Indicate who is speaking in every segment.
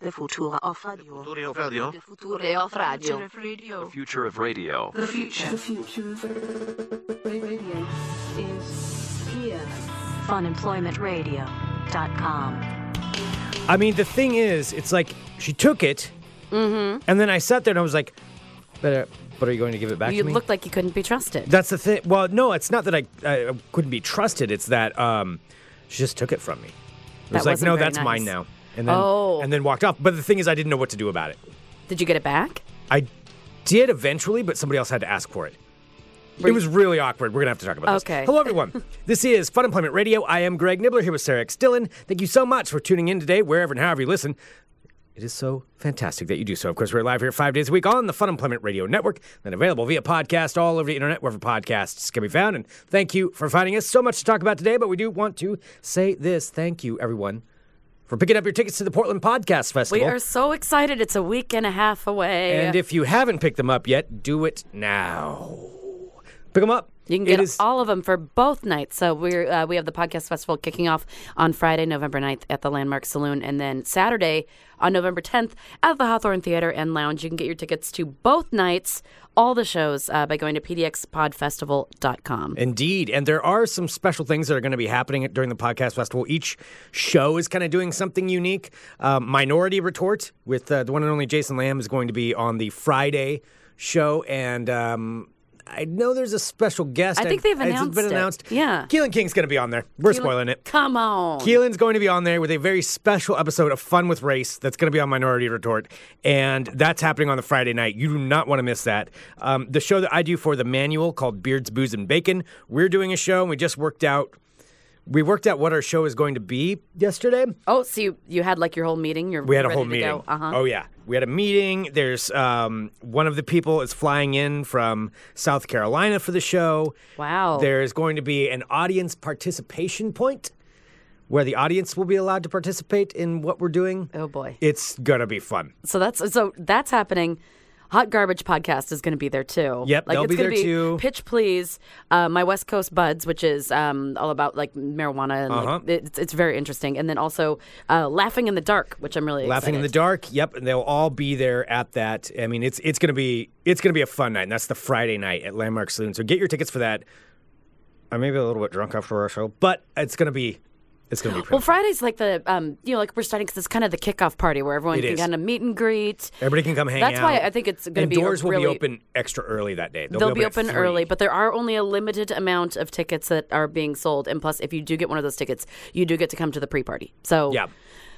Speaker 1: The future of radio.
Speaker 2: Future of radio.
Speaker 1: The future of radio.
Speaker 3: The
Speaker 2: The future of radio.
Speaker 3: future.
Speaker 4: The future of radio is here.
Speaker 1: Funemploymentradio.com.
Speaker 5: I mean, the thing is, it's like she took it,
Speaker 6: Mm-hmm.
Speaker 5: and then I sat there and I was like, "But, but are you going to give it back
Speaker 6: You
Speaker 5: to me?"
Speaker 6: looked like you couldn't be trusted.
Speaker 5: That's the thing. Well, no, it's not that I, I couldn't be trusted. It's that um, she just took it from me. It was like,
Speaker 6: wasn't
Speaker 5: "No,
Speaker 6: very
Speaker 5: that's mine
Speaker 6: nice."
Speaker 5: now," and then
Speaker 6: Oh.
Speaker 5: and then walked off. But the thing is, I didn't know what to do about it.
Speaker 6: Did you get it back?
Speaker 5: I did eventually, but somebody else had to ask for it.
Speaker 6: Were
Speaker 5: it
Speaker 6: you-
Speaker 5: was really awkward. We're gonna have to talk about
Speaker 6: Okay.
Speaker 5: this. Hello, everyone. this is Fun Employment Radio. I am Greg Nibbler here with Sarah X. Dillon. Thank you so much for tuning in today, wherever and however you listen. It is so fantastic that you do so. Of course, we're live here five days a week on the Fun Employment Radio Network, then available via podcast all over the internet, wherever podcasts can be found. And thank you for finding us. So much to talk about today, but we do want to say this. Thank you, everyone, for picking up your tickets to the Portland Podcast
Speaker 6: We
Speaker 5: Festival.
Speaker 6: are so excited. It's a week and a half away.
Speaker 5: And if you haven't picked them up yet, do it now. Pick them up.
Speaker 6: you can
Speaker 5: It
Speaker 6: get
Speaker 5: is-
Speaker 6: all of them for both nights. So we're uh, we have the podcast festival kicking off on Friday, November 9th at the Landmark Saloon, and then Saturday on November 10th at the Hawthorne Theater and Lounge. You can get your tickets to both nights, all the shows, uh, by going to pdxpodfestival.com.
Speaker 5: Indeed. And there are some special things that are going to be happening during the podcast festival. Each show is kind of doing something unique. Um, Minority Retort with uh, the one and only Jason Lamb is going to be on the Friday show. And um, I know there's a special guest.
Speaker 6: I think they've
Speaker 5: It's been
Speaker 6: announced it.
Speaker 5: announced.
Speaker 6: Yeah.
Speaker 5: Keelan King's going to be on there. We're spoiling it.
Speaker 6: Come on.
Speaker 5: Keelan's going to be on there with a very special episode of Fun with Race that's going to be on Minority Retort, and that's happening on the Friday night. You do not want to miss that. Um, the show that I do for the manual called Beards, Booze, and Bacon. We're doing a show, and we just worked out. We worked out what our show is going to be yesterday.
Speaker 6: Oh, so you, you had like your whole meeting. You're
Speaker 5: We had a
Speaker 6: ready
Speaker 5: whole
Speaker 6: to
Speaker 5: meeting.
Speaker 6: Go. Uh-huh.
Speaker 5: Oh yeah, we had a meeting. There's um, one of the people is flying in from South Carolina for the show.
Speaker 6: Wow.
Speaker 5: There's going to be an audience participation point where the audience will be allowed to participate in what we're doing.
Speaker 6: Oh boy.
Speaker 5: It's going to be fun.
Speaker 6: So that's so that's happening. Hot Garbage Podcast is going to be there too.
Speaker 5: Yep,
Speaker 6: like
Speaker 5: they'll
Speaker 6: it's
Speaker 5: be
Speaker 6: gonna
Speaker 5: there,
Speaker 6: be
Speaker 5: too.
Speaker 6: Pitch Please, uh, my West Coast Buds, which is um, all about like marijuana and like,
Speaker 5: Uh-huh.
Speaker 6: it's, it's very interesting. And then also uh, Laughing in the Dark, which I'm really
Speaker 5: Laughing in the
Speaker 6: excited.
Speaker 5: dark. Yep, and they'll all be there at that. I mean, it's it's going to be it's going to be a fun night. And that's the Friday night at Landmark Saloon. So get your tickets for that. I may be a little bit drunk after our show, but it's going to be it's going to be pretty
Speaker 6: Well, Friday's like the um, you know like we're starting because it's kind of the kickoff party where everyone
Speaker 5: It
Speaker 6: can
Speaker 5: is.
Speaker 6: kind of meet and greet.
Speaker 5: Everybody can come hang
Speaker 6: That's
Speaker 5: out.
Speaker 6: why I think it's gonna
Speaker 5: And
Speaker 6: be a
Speaker 5: doors will be
Speaker 6: really-
Speaker 5: open extra early that day.
Speaker 6: They'll be open,
Speaker 5: at three.
Speaker 6: early, but there are only a limited amount of tickets that are being sold. And plus, if you do get one of those tickets, you do get to come to the pre-party. So
Speaker 5: Yeah.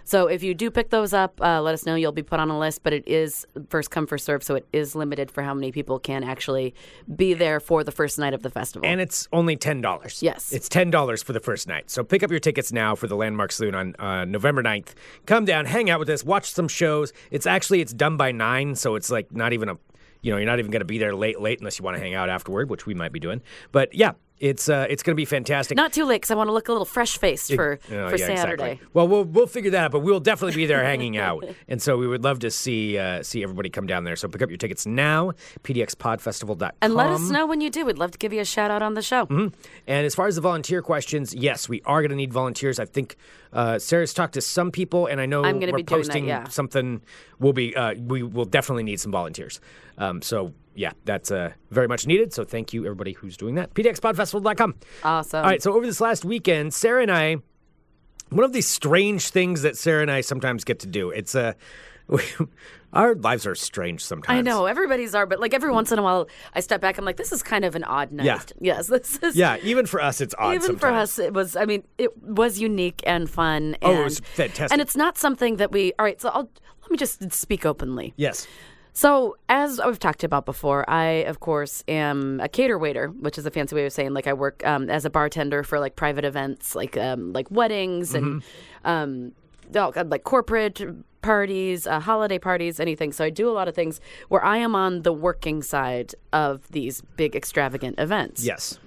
Speaker 6: So if you do pick those up, uh, let us know. You'll be put on a list, but it is first come first serve, so it is limited for how many people can actually be there for the first night of the festival.
Speaker 5: And it's only ten dollars.
Speaker 6: Yes.
Speaker 5: it's ten dollars for the first night. So pick up your tickets now for the Landmark Saloon on uh, November 9th. Come down, hang out with us, watch some shows. It's actually it's done by nine, so it's like not even a, you know, you're not even going to be there late, late unless you want to hang out afterward, which we might be doing. But yeah, it's uh, it's going to be fantastic.
Speaker 6: not too late, because I want to look a little fresh faced for
Speaker 5: Oh,
Speaker 6: for
Speaker 5: yeah,
Speaker 6: Saturday.
Speaker 5: exactly. Well, we'll we'll figure that out, but we'll definitely be there hanging out, and so we would love to see uh, see everybody come down there. So pick up your tickets now, pdxpodfestival.com.
Speaker 6: And let us know when you do. We'd love to give you a shout out on the show.
Speaker 5: Mm-hmm. And as far as the volunteer questions, yes, we are going to need volunteers. I think uh, Sarah's talked to some people, and I know
Speaker 6: I'm
Speaker 5: we're
Speaker 6: gonna be doing that,
Speaker 5: posting
Speaker 6: yeah.
Speaker 5: something. We'll be uh, we will definitely need some volunteers. Um, so yeah, that's uh, very much needed. So thank you everybody who's doing that. PDXPodFestival.com.
Speaker 6: Awesome.
Speaker 5: All right. So over this last weekend, Sarah and I, one of these strange things that Sarah and I sometimes get to do. It's uh, our lives are strange sometimes.
Speaker 6: I know everybody's are, but like every once in a while, I step back. I'm like, this is kind of an odd night.
Speaker 5: Yeah.
Speaker 6: Yes, this is.
Speaker 5: Yeah, even for us, it's odd.
Speaker 6: Even
Speaker 5: sometimes.
Speaker 6: for us, it was. I mean, it was unique and fun.
Speaker 5: Oh, it
Speaker 6: and-
Speaker 5: was fantastic.
Speaker 6: And it's not something that we. All right, so I'll, let me just speak openly.
Speaker 5: Yes.
Speaker 6: So, as we've talked about before, I of course am a cater waiter, which is a fancy way of saying like I work um, as a bartender for like private events, like um, like weddings and um, oh God, like corporate parties, uh, holiday parties, anything. So I do a lot of things where I am on the working side of these big extravagant events.
Speaker 5: Yes.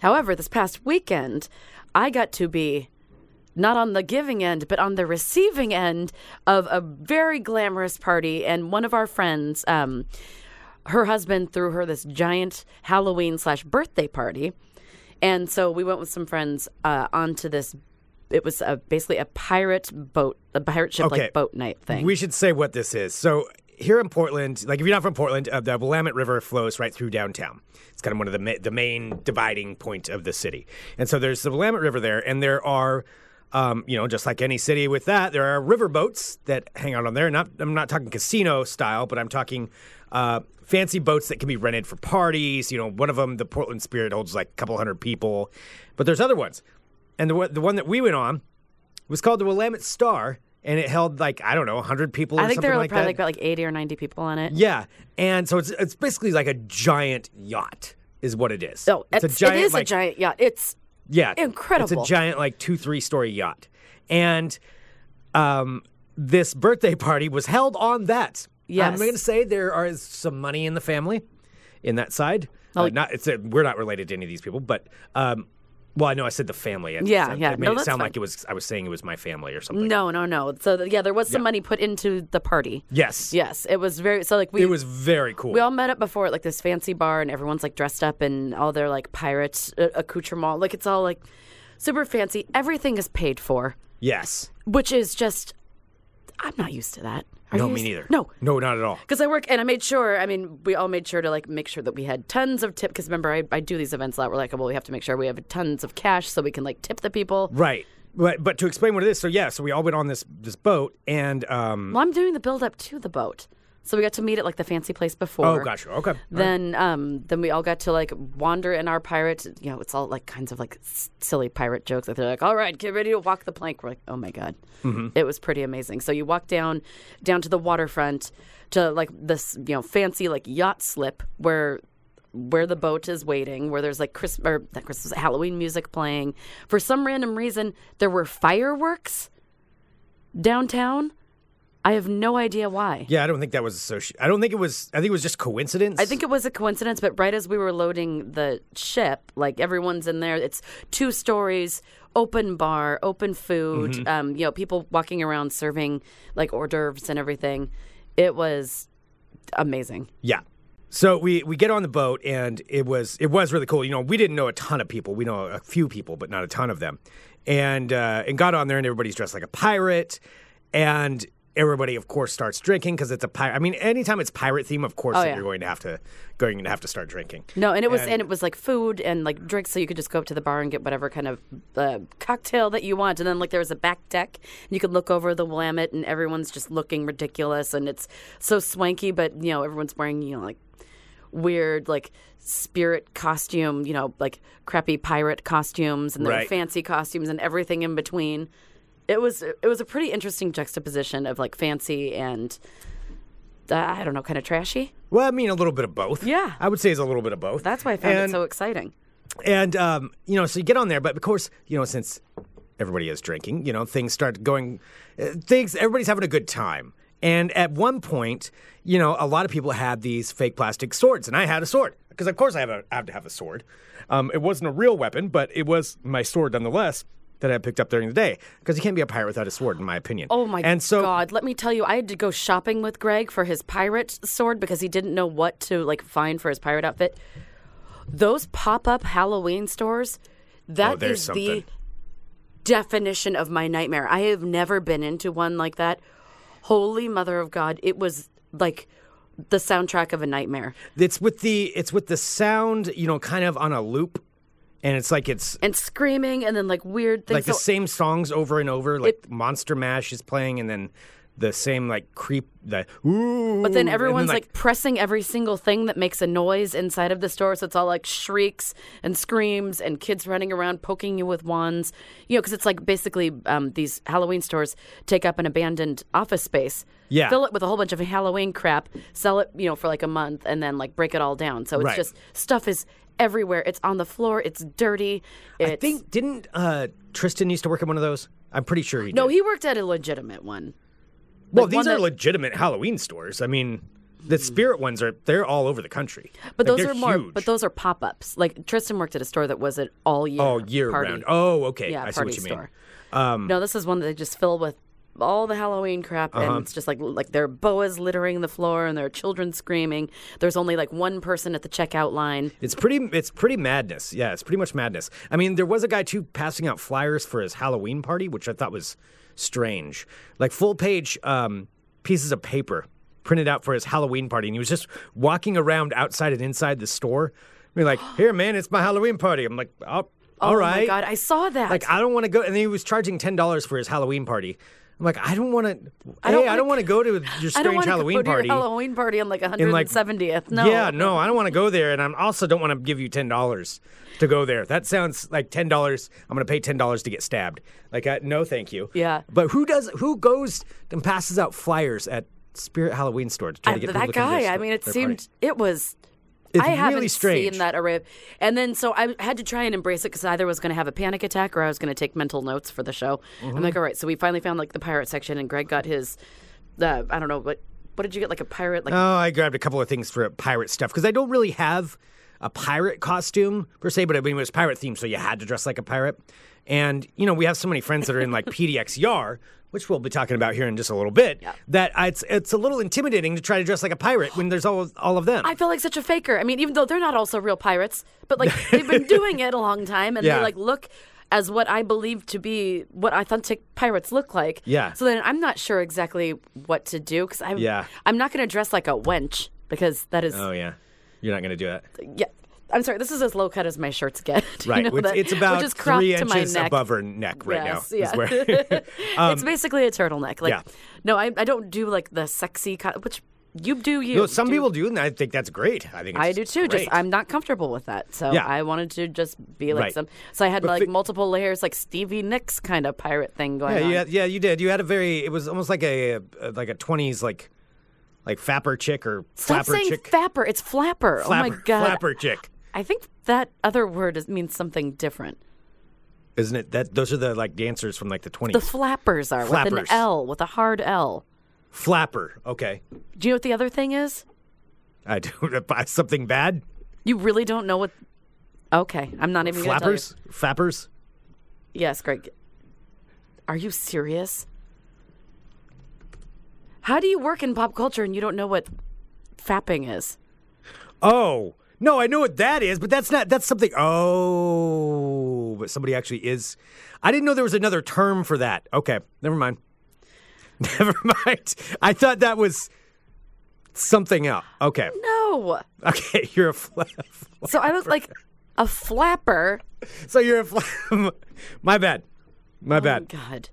Speaker 6: However, this past weekend, I got to be not on the giving end, but on the receiving end of a very glamorous party. And one of our friends, um, her husband threw her this giant Halloween slash birthday party. And so we went with some friends uh, onto this it was a, basically a pirate boat, a pirate ship
Speaker 5: Okay.
Speaker 6: like boat night thing.
Speaker 5: We should say what this is. So here in Portland, like if you're not from Portland, uh, the Willamette River flows right through downtown. It's kind of one of the ma- the main dividing point of the city. And so there's the Willamette River there, and there are. Um, you know, just like any city with that, there are river boats that hang out on there. Not, I'm not talking casino style, but I'm talking uh, fancy boats that can be rented for parties. You know, one of them, the Portland Spirit, holds like a couple hundred people, but there's other ones. And the, one- the one that we went on, it was called the Willamette Star, and it held like I don't know, hundred people or
Speaker 6: I think
Speaker 5: something
Speaker 6: there were
Speaker 5: like
Speaker 6: probably
Speaker 5: that.
Speaker 6: like, about like eighty or ninety people on it.
Speaker 5: yeah, and so it's it's basically like a giant yacht, is what it is.
Speaker 6: So
Speaker 5: it's,
Speaker 6: it's,
Speaker 5: a giant,
Speaker 6: Oh, it is
Speaker 5: like,
Speaker 6: a giant yacht. It's
Speaker 5: yeah,
Speaker 6: incredible.
Speaker 5: It's a giant like two three story yacht, and um, this birthday party was held on that. I'm
Speaker 6: Yes.
Speaker 5: going to say there are some money in the family, in that side. Uh,
Speaker 6: like-
Speaker 5: not it's a, we're not related to any of these people, but um, well, I know I said the family. It-
Speaker 6: Yeah,
Speaker 5: it
Speaker 6: yeah.
Speaker 5: made
Speaker 6: No,
Speaker 5: it
Speaker 6: that's
Speaker 5: sound
Speaker 6: fine. Mm.
Speaker 5: like it was I was saying it was my family or something.
Speaker 6: no, no, no. So th- yeah, there was some money put into the party.
Speaker 5: Yes.
Speaker 6: Yes, it was very so like we
Speaker 5: It was very cool.
Speaker 6: we all met up before at like this fancy bar and everyone's like dressed up in all their like pirate uh, accoutrement. Like it's all like super fancy. Everything is paid for,
Speaker 5: yes.
Speaker 6: which is just I'm not used to that. Are
Speaker 5: No,
Speaker 6: you
Speaker 5: me
Speaker 6: used-
Speaker 5: neither.
Speaker 6: No,
Speaker 5: No, not at all.
Speaker 6: because I work and I made sure. I mean, we all made sure to like make sure that we had tons of tip. Because remember, I, I do these events a lot. We're like, well, we have to make sure we have tons of cash so we can like tip the people.
Speaker 5: Right. But but to explain what it is, so yeah, so we all went on this this boat and um
Speaker 6: Well, I'm doing the build up to the boat, so we got to meet at like the fancy place before.
Speaker 5: Oh gosh, okay.
Speaker 6: Then, um, then we all got to like wander in our pirate. You know, it's all like kinds of like s- silly pirate jokes. Like they're like, "All right, get ready to walk the plank." We're like, "Oh my god!" It was pretty amazing. So you walk down, down to the waterfront, to like this you know fancy like yacht slip where where the boat is waiting, where there's like Christmas or not Christmas Halloween music playing. For some random reason, there were fireworks downtown. I have no idea why.
Speaker 5: Yeah, I don't think that was associated. I don't think it was I think it was just coincidence.
Speaker 6: I think it was a coincidence, but right as we were loading the ship, like everyone's in there. It's two stories, open bar, open food. Um, you know, people walking around serving like hors d'oeuvres and everything. It was amazing.
Speaker 5: Yeah. So we we get on the boat and it was it was really cool. You know, we didn't know a ton of people. We know a few people, but not a ton of them. And uh, and got on there and everybody's dressed like a pirate, and everybody of course starts drinking because it's a pirate. I mean, anytime it's pirate theme, of course
Speaker 6: Oh,
Speaker 5: that
Speaker 6: yeah.
Speaker 5: you're going to have to going to have to start drinking.
Speaker 6: No, and it was
Speaker 5: And-
Speaker 6: and, it was like food and like drinks, so you could just go up to the bar and get whatever kind of uh, cocktail that you want. And then like there was a back deck, and you could look over the Willamette, and everyone's just looking ridiculous, and it's so swanky, but you know everyone's wearing you know like weird like spirit costume, you know like crappy pirate costumes, and their
Speaker 5: Right.
Speaker 6: fancy costumes, and everything in between. It was it was a pretty interesting juxtaposition of like fancy and uh, I don't know, kind of trashy.
Speaker 5: Well, I mean, a little bit of both.
Speaker 6: Yeah.
Speaker 5: I would say it's a little bit of both.
Speaker 6: That's why I found
Speaker 5: And-
Speaker 6: it so exciting.
Speaker 5: And um, you know, so you get on there, but of course, you know, since everybody is drinking, you know, things start going. uh, Things everybody's having a good time. And at one point, you know, a lot of people had these fake plastic swords, and I had a sword because, of course, I have, a, I have to have a sword. Um, it wasn't a real weapon, but it was my sword nonetheless that I picked up during the day because you can't be a pirate without a sword, in my opinion.
Speaker 6: Oh my
Speaker 5: and so,
Speaker 6: god! Let me tell you, I had to go shopping with Greg for his pirate sword because he didn't know what to like find for his pirate outfit. Those pop-up Halloween stores, that
Speaker 5: Oh,
Speaker 6: is
Speaker 5: there's something.
Speaker 6: the definition of my nightmare. I have never been into one like that. Holy Mother of God! It was like the soundtrack of a nightmare.
Speaker 5: It's with the it's with the sound, you know, kind of on a loop, and it's like it's
Speaker 6: And screaming, and then like weird things.
Speaker 5: like the
Speaker 6: So-
Speaker 5: same songs over and over. Like Monster Mash is playing, and then the same like creep the ooh.
Speaker 6: But then
Speaker 5: and
Speaker 6: everyone's like, pressing every single thing that makes a noise inside of the store. So it's all like shrieks and screams and kids running around poking you with wands. You know, because it's like basically um, these Halloween stores take up an abandoned office space,
Speaker 5: Yeah.
Speaker 6: fill it with a whole bunch of Halloween crap, sell it, you know, for like a month, and then like break it all down. So it's
Speaker 5: Right.
Speaker 6: just stuff is everywhere. It's on the floor. It's dirty. It's,
Speaker 5: I think didn't uh, Tristan used to work at one of those? I'm pretty sure he
Speaker 6: no,
Speaker 5: did.
Speaker 6: he worked at a legitimate one.
Speaker 5: well,
Speaker 6: like
Speaker 5: these
Speaker 6: one
Speaker 5: are
Speaker 6: that- Hmm.
Speaker 5: legitimate Halloween stores. I mean, the spirit ones are they're all over the country.
Speaker 6: But
Speaker 5: Like,
Speaker 6: those
Speaker 5: they're
Speaker 6: are more.
Speaker 5: huge
Speaker 6: But those are pop ups. Like Tristan worked at a store that was an all year,
Speaker 5: all year
Speaker 6: party.
Speaker 5: round. Oh, okay,
Speaker 6: yeah,
Speaker 5: I see
Speaker 6: party
Speaker 5: what you mean. Um,
Speaker 6: store. no, this is one that they just fill with all the Halloween crap,
Speaker 5: Uh-huh.
Speaker 6: and it's just like like there are boas littering the floor, and there are children screaming. There's only like one person at the checkout line.
Speaker 5: It's pretty. It's pretty madness. Yeah, it's pretty much madness. I mean, there was a guy too passing out flyers for his Halloween party, which I thought was strange. Like full page um, pieces of paper printed out for his Halloween party, and he was just walking around outside and inside the store. I mean, like, here, man, it's my Halloween party. I'm like, oh, all
Speaker 6: oh
Speaker 5: right.
Speaker 6: my god, I saw that.
Speaker 5: Like, I don't want to go. And then he was charging ten dollars for his Halloween party. I'm like, I don't want to. I
Speaker 6: don't
Speaker 5: hey, I
Speaker 6: wanna-
Speaker 5: don't want to go to
Speaker 6: I
Speaker 5: your
Speaker 6: don't
Speaker 5: strange
Speaker 6: want to
Speaker 5: Halloween
Speaker 6: go to your
Speaker 5: party.
Speaker 6: Halloween party on like
Speaker 5: in,
Speaker 6: 170th. no.
Speaker 5: Yeah, no, I don't want to go there, and I am also don't want to give you ten dollars to go there. That sounds like ten dollars. I'm going to pay ten dollars to get stabbed. Like, I, no, thank you.
Speaker 6: Yeah.
Speaker 5: But who does? Who goes and passes out flyers at Spirit Halloween store to try
Speaker 6: I-
Speaker 5: to get people
Speaker 6: that
Speaker 5: to come to
Speaker 6: guy.
Speaker 5: their
Speaker 6: I
Speaker 5: sto-
Speaker 6: mean, it
Speaker 5: their
Speaker 6: seemed
Speaker 5: party?
Speaker 6: it was.
Speaker 5: It's
Speaker 6: I haven't
Speaker 5: really strange.
Speaker 6: seen that array. of- And then so I had to try and embrace it because either was going to have a panic attack or I was going to take mental notes for the show.
Speaker 5: Mm-hmm.
Speaker 6: I'm like, all right. So we finally found like the pirate section, and Greg got his. Uh, I don't know what. What did you get? Like a pirate? Like
Speaker 5: Oh, I grabbed a couple of things for pirate stuff because I don't really have a pirate costume per se, but I mean it was pirate themed, so you had to dress like a pirate. And you know, we have so many friends that are in like PDXR, E which we'll be talking about here in just a little bit. That I, it's it's a little intimidating to try to dress like a pirate when there's all all of them.
Speaker 6: I feel like such a faker. I mean, even though they're not also real pirates, but like they've been doing it a long time, and
Speaker 5: Yeah.
Speaker 6: they like look as what I believe to be what authentic pirates look like.
Speaker 5: Yeah.
Speaker 6: So then I'm not sure exactly what to do because I'm
Speaker 5: Yeah.
Speaker 6: I'm not going to dress like a wench because that is
Speaker 5: oh yeah, you're not gonna do that,
Speaker 6: yeah. I'm sorry. This is as low cut as my shirts get. You
Speaker 5: right?
Speaker 6: know
Speaker 5: which,
Speaker 6: that-
Speaker 5: it's about
Speaker 6: which is cropped
Speaker 5: three
Speaker 6: to my
Speaker 5: inches
Speaker 6: neck.
Speaker 5: above her neck right
Speaker 6: Yes,
Speaker 5: now. is
Speaker 6: yeah.
Speaker 5: where- Um,
Speaker 6: it's basically a turtleneck. Like,
Speaker 5: yeah.
Speaker 6: no, I, I don't do like the sexy cut, which you do. You
Speaker 5: No, some
Speaker 6: do,
Speaker 5: people do, and I think that's great. I think it's
Speaker 6: I do too.
Speaker 5: Great.
Speaker 6: Just I'm not comfortable with that, so
Speaker 5: Yeah.
Speaker 6: I wanted to just be like
Speaker 5: Right.
Speaker 6: some. So I had like
Speaker 5: fi-
Speaker 6: multiple layers, like Stevie Nicks kind of pirate thing going
Speaker 5: Yeah,
Speaker 6: on.
Speaker 5: you had, yeah, you did. You had a very. It was almost like a, a like a twenties like like fapper chick or
Speaker 6: Stop
Speaker 5: flapper
Speaker 6: saying
Speaker 5: chick.
Speaker 6: flapper. It's flapper. oh my
Speaker 5: Flapper-
Speaker 6: god.
Speaker 5: flapper chick.
Speaker 6: I think that other word is, means something different.
Speaker 5: Isn't it? That those are the like dancers from like the
Speaker 6: The
Speaker 5: twenties.
Speaker 6: flappers are with an
Speaker 5: Flappers.
Speaker 6: L, with a hard L.
Speaker 5: flapper. Okay,
Speaker 6: Do you know what the other thing is?
Speaker 5: I do something bad.
Speaker 6: You really don't know what. Okay, I'm not even gonna tell you.
Speaker 5: Flappers, flappers.
Speaker 6: Yes, Greg. Are you serious? How do you work in pop culture and you don't know what fapping is?
Speaker 5: Oh no, I know what that is, but that's not. That's something. Oh, but somebody actually is. I didn't know there was another term for that. Okay, never mind. Never mind. I thought that was something else. Okay.
Speaker 6: No.
Speaker 5: Okay, you're a fla-
Speaker 6: So I look like a flapper.
Speaker 5: so you're a fla- my bad, my
Speaker 6: Oh,
Speaker 5: bad.
Speaker 6: God.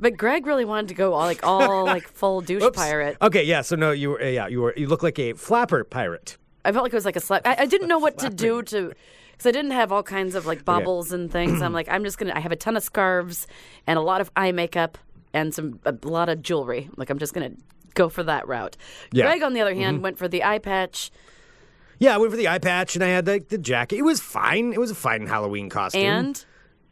Speaker 6: but Greg really wanted to go all like all like full douche
Speaker 5: Oops.
Speaker 6: pirate.
Speaker 5: Okay, yeah. So no, you were yeah you were you look like a flapper pirate.
Speaker 6: I felt like it was like a slap. I, I didn't know what to do to, because I didn't have all kinds of like bobbles and things. I'm like, I'm just gonna. I have a ton of scarves and a lot of eye makeup and some a lot of jewelry. Like I'm just gonna go for that route.
Speaker 5: Yeah. Mm-hmm.
Speaker 6: Greg, on the other hand, went for the eye patch
Speaker 5: Yeah, I went for the eye patch and I had like the jacket. It was fine. It was a fine Halloween costume.
Speaker 6: and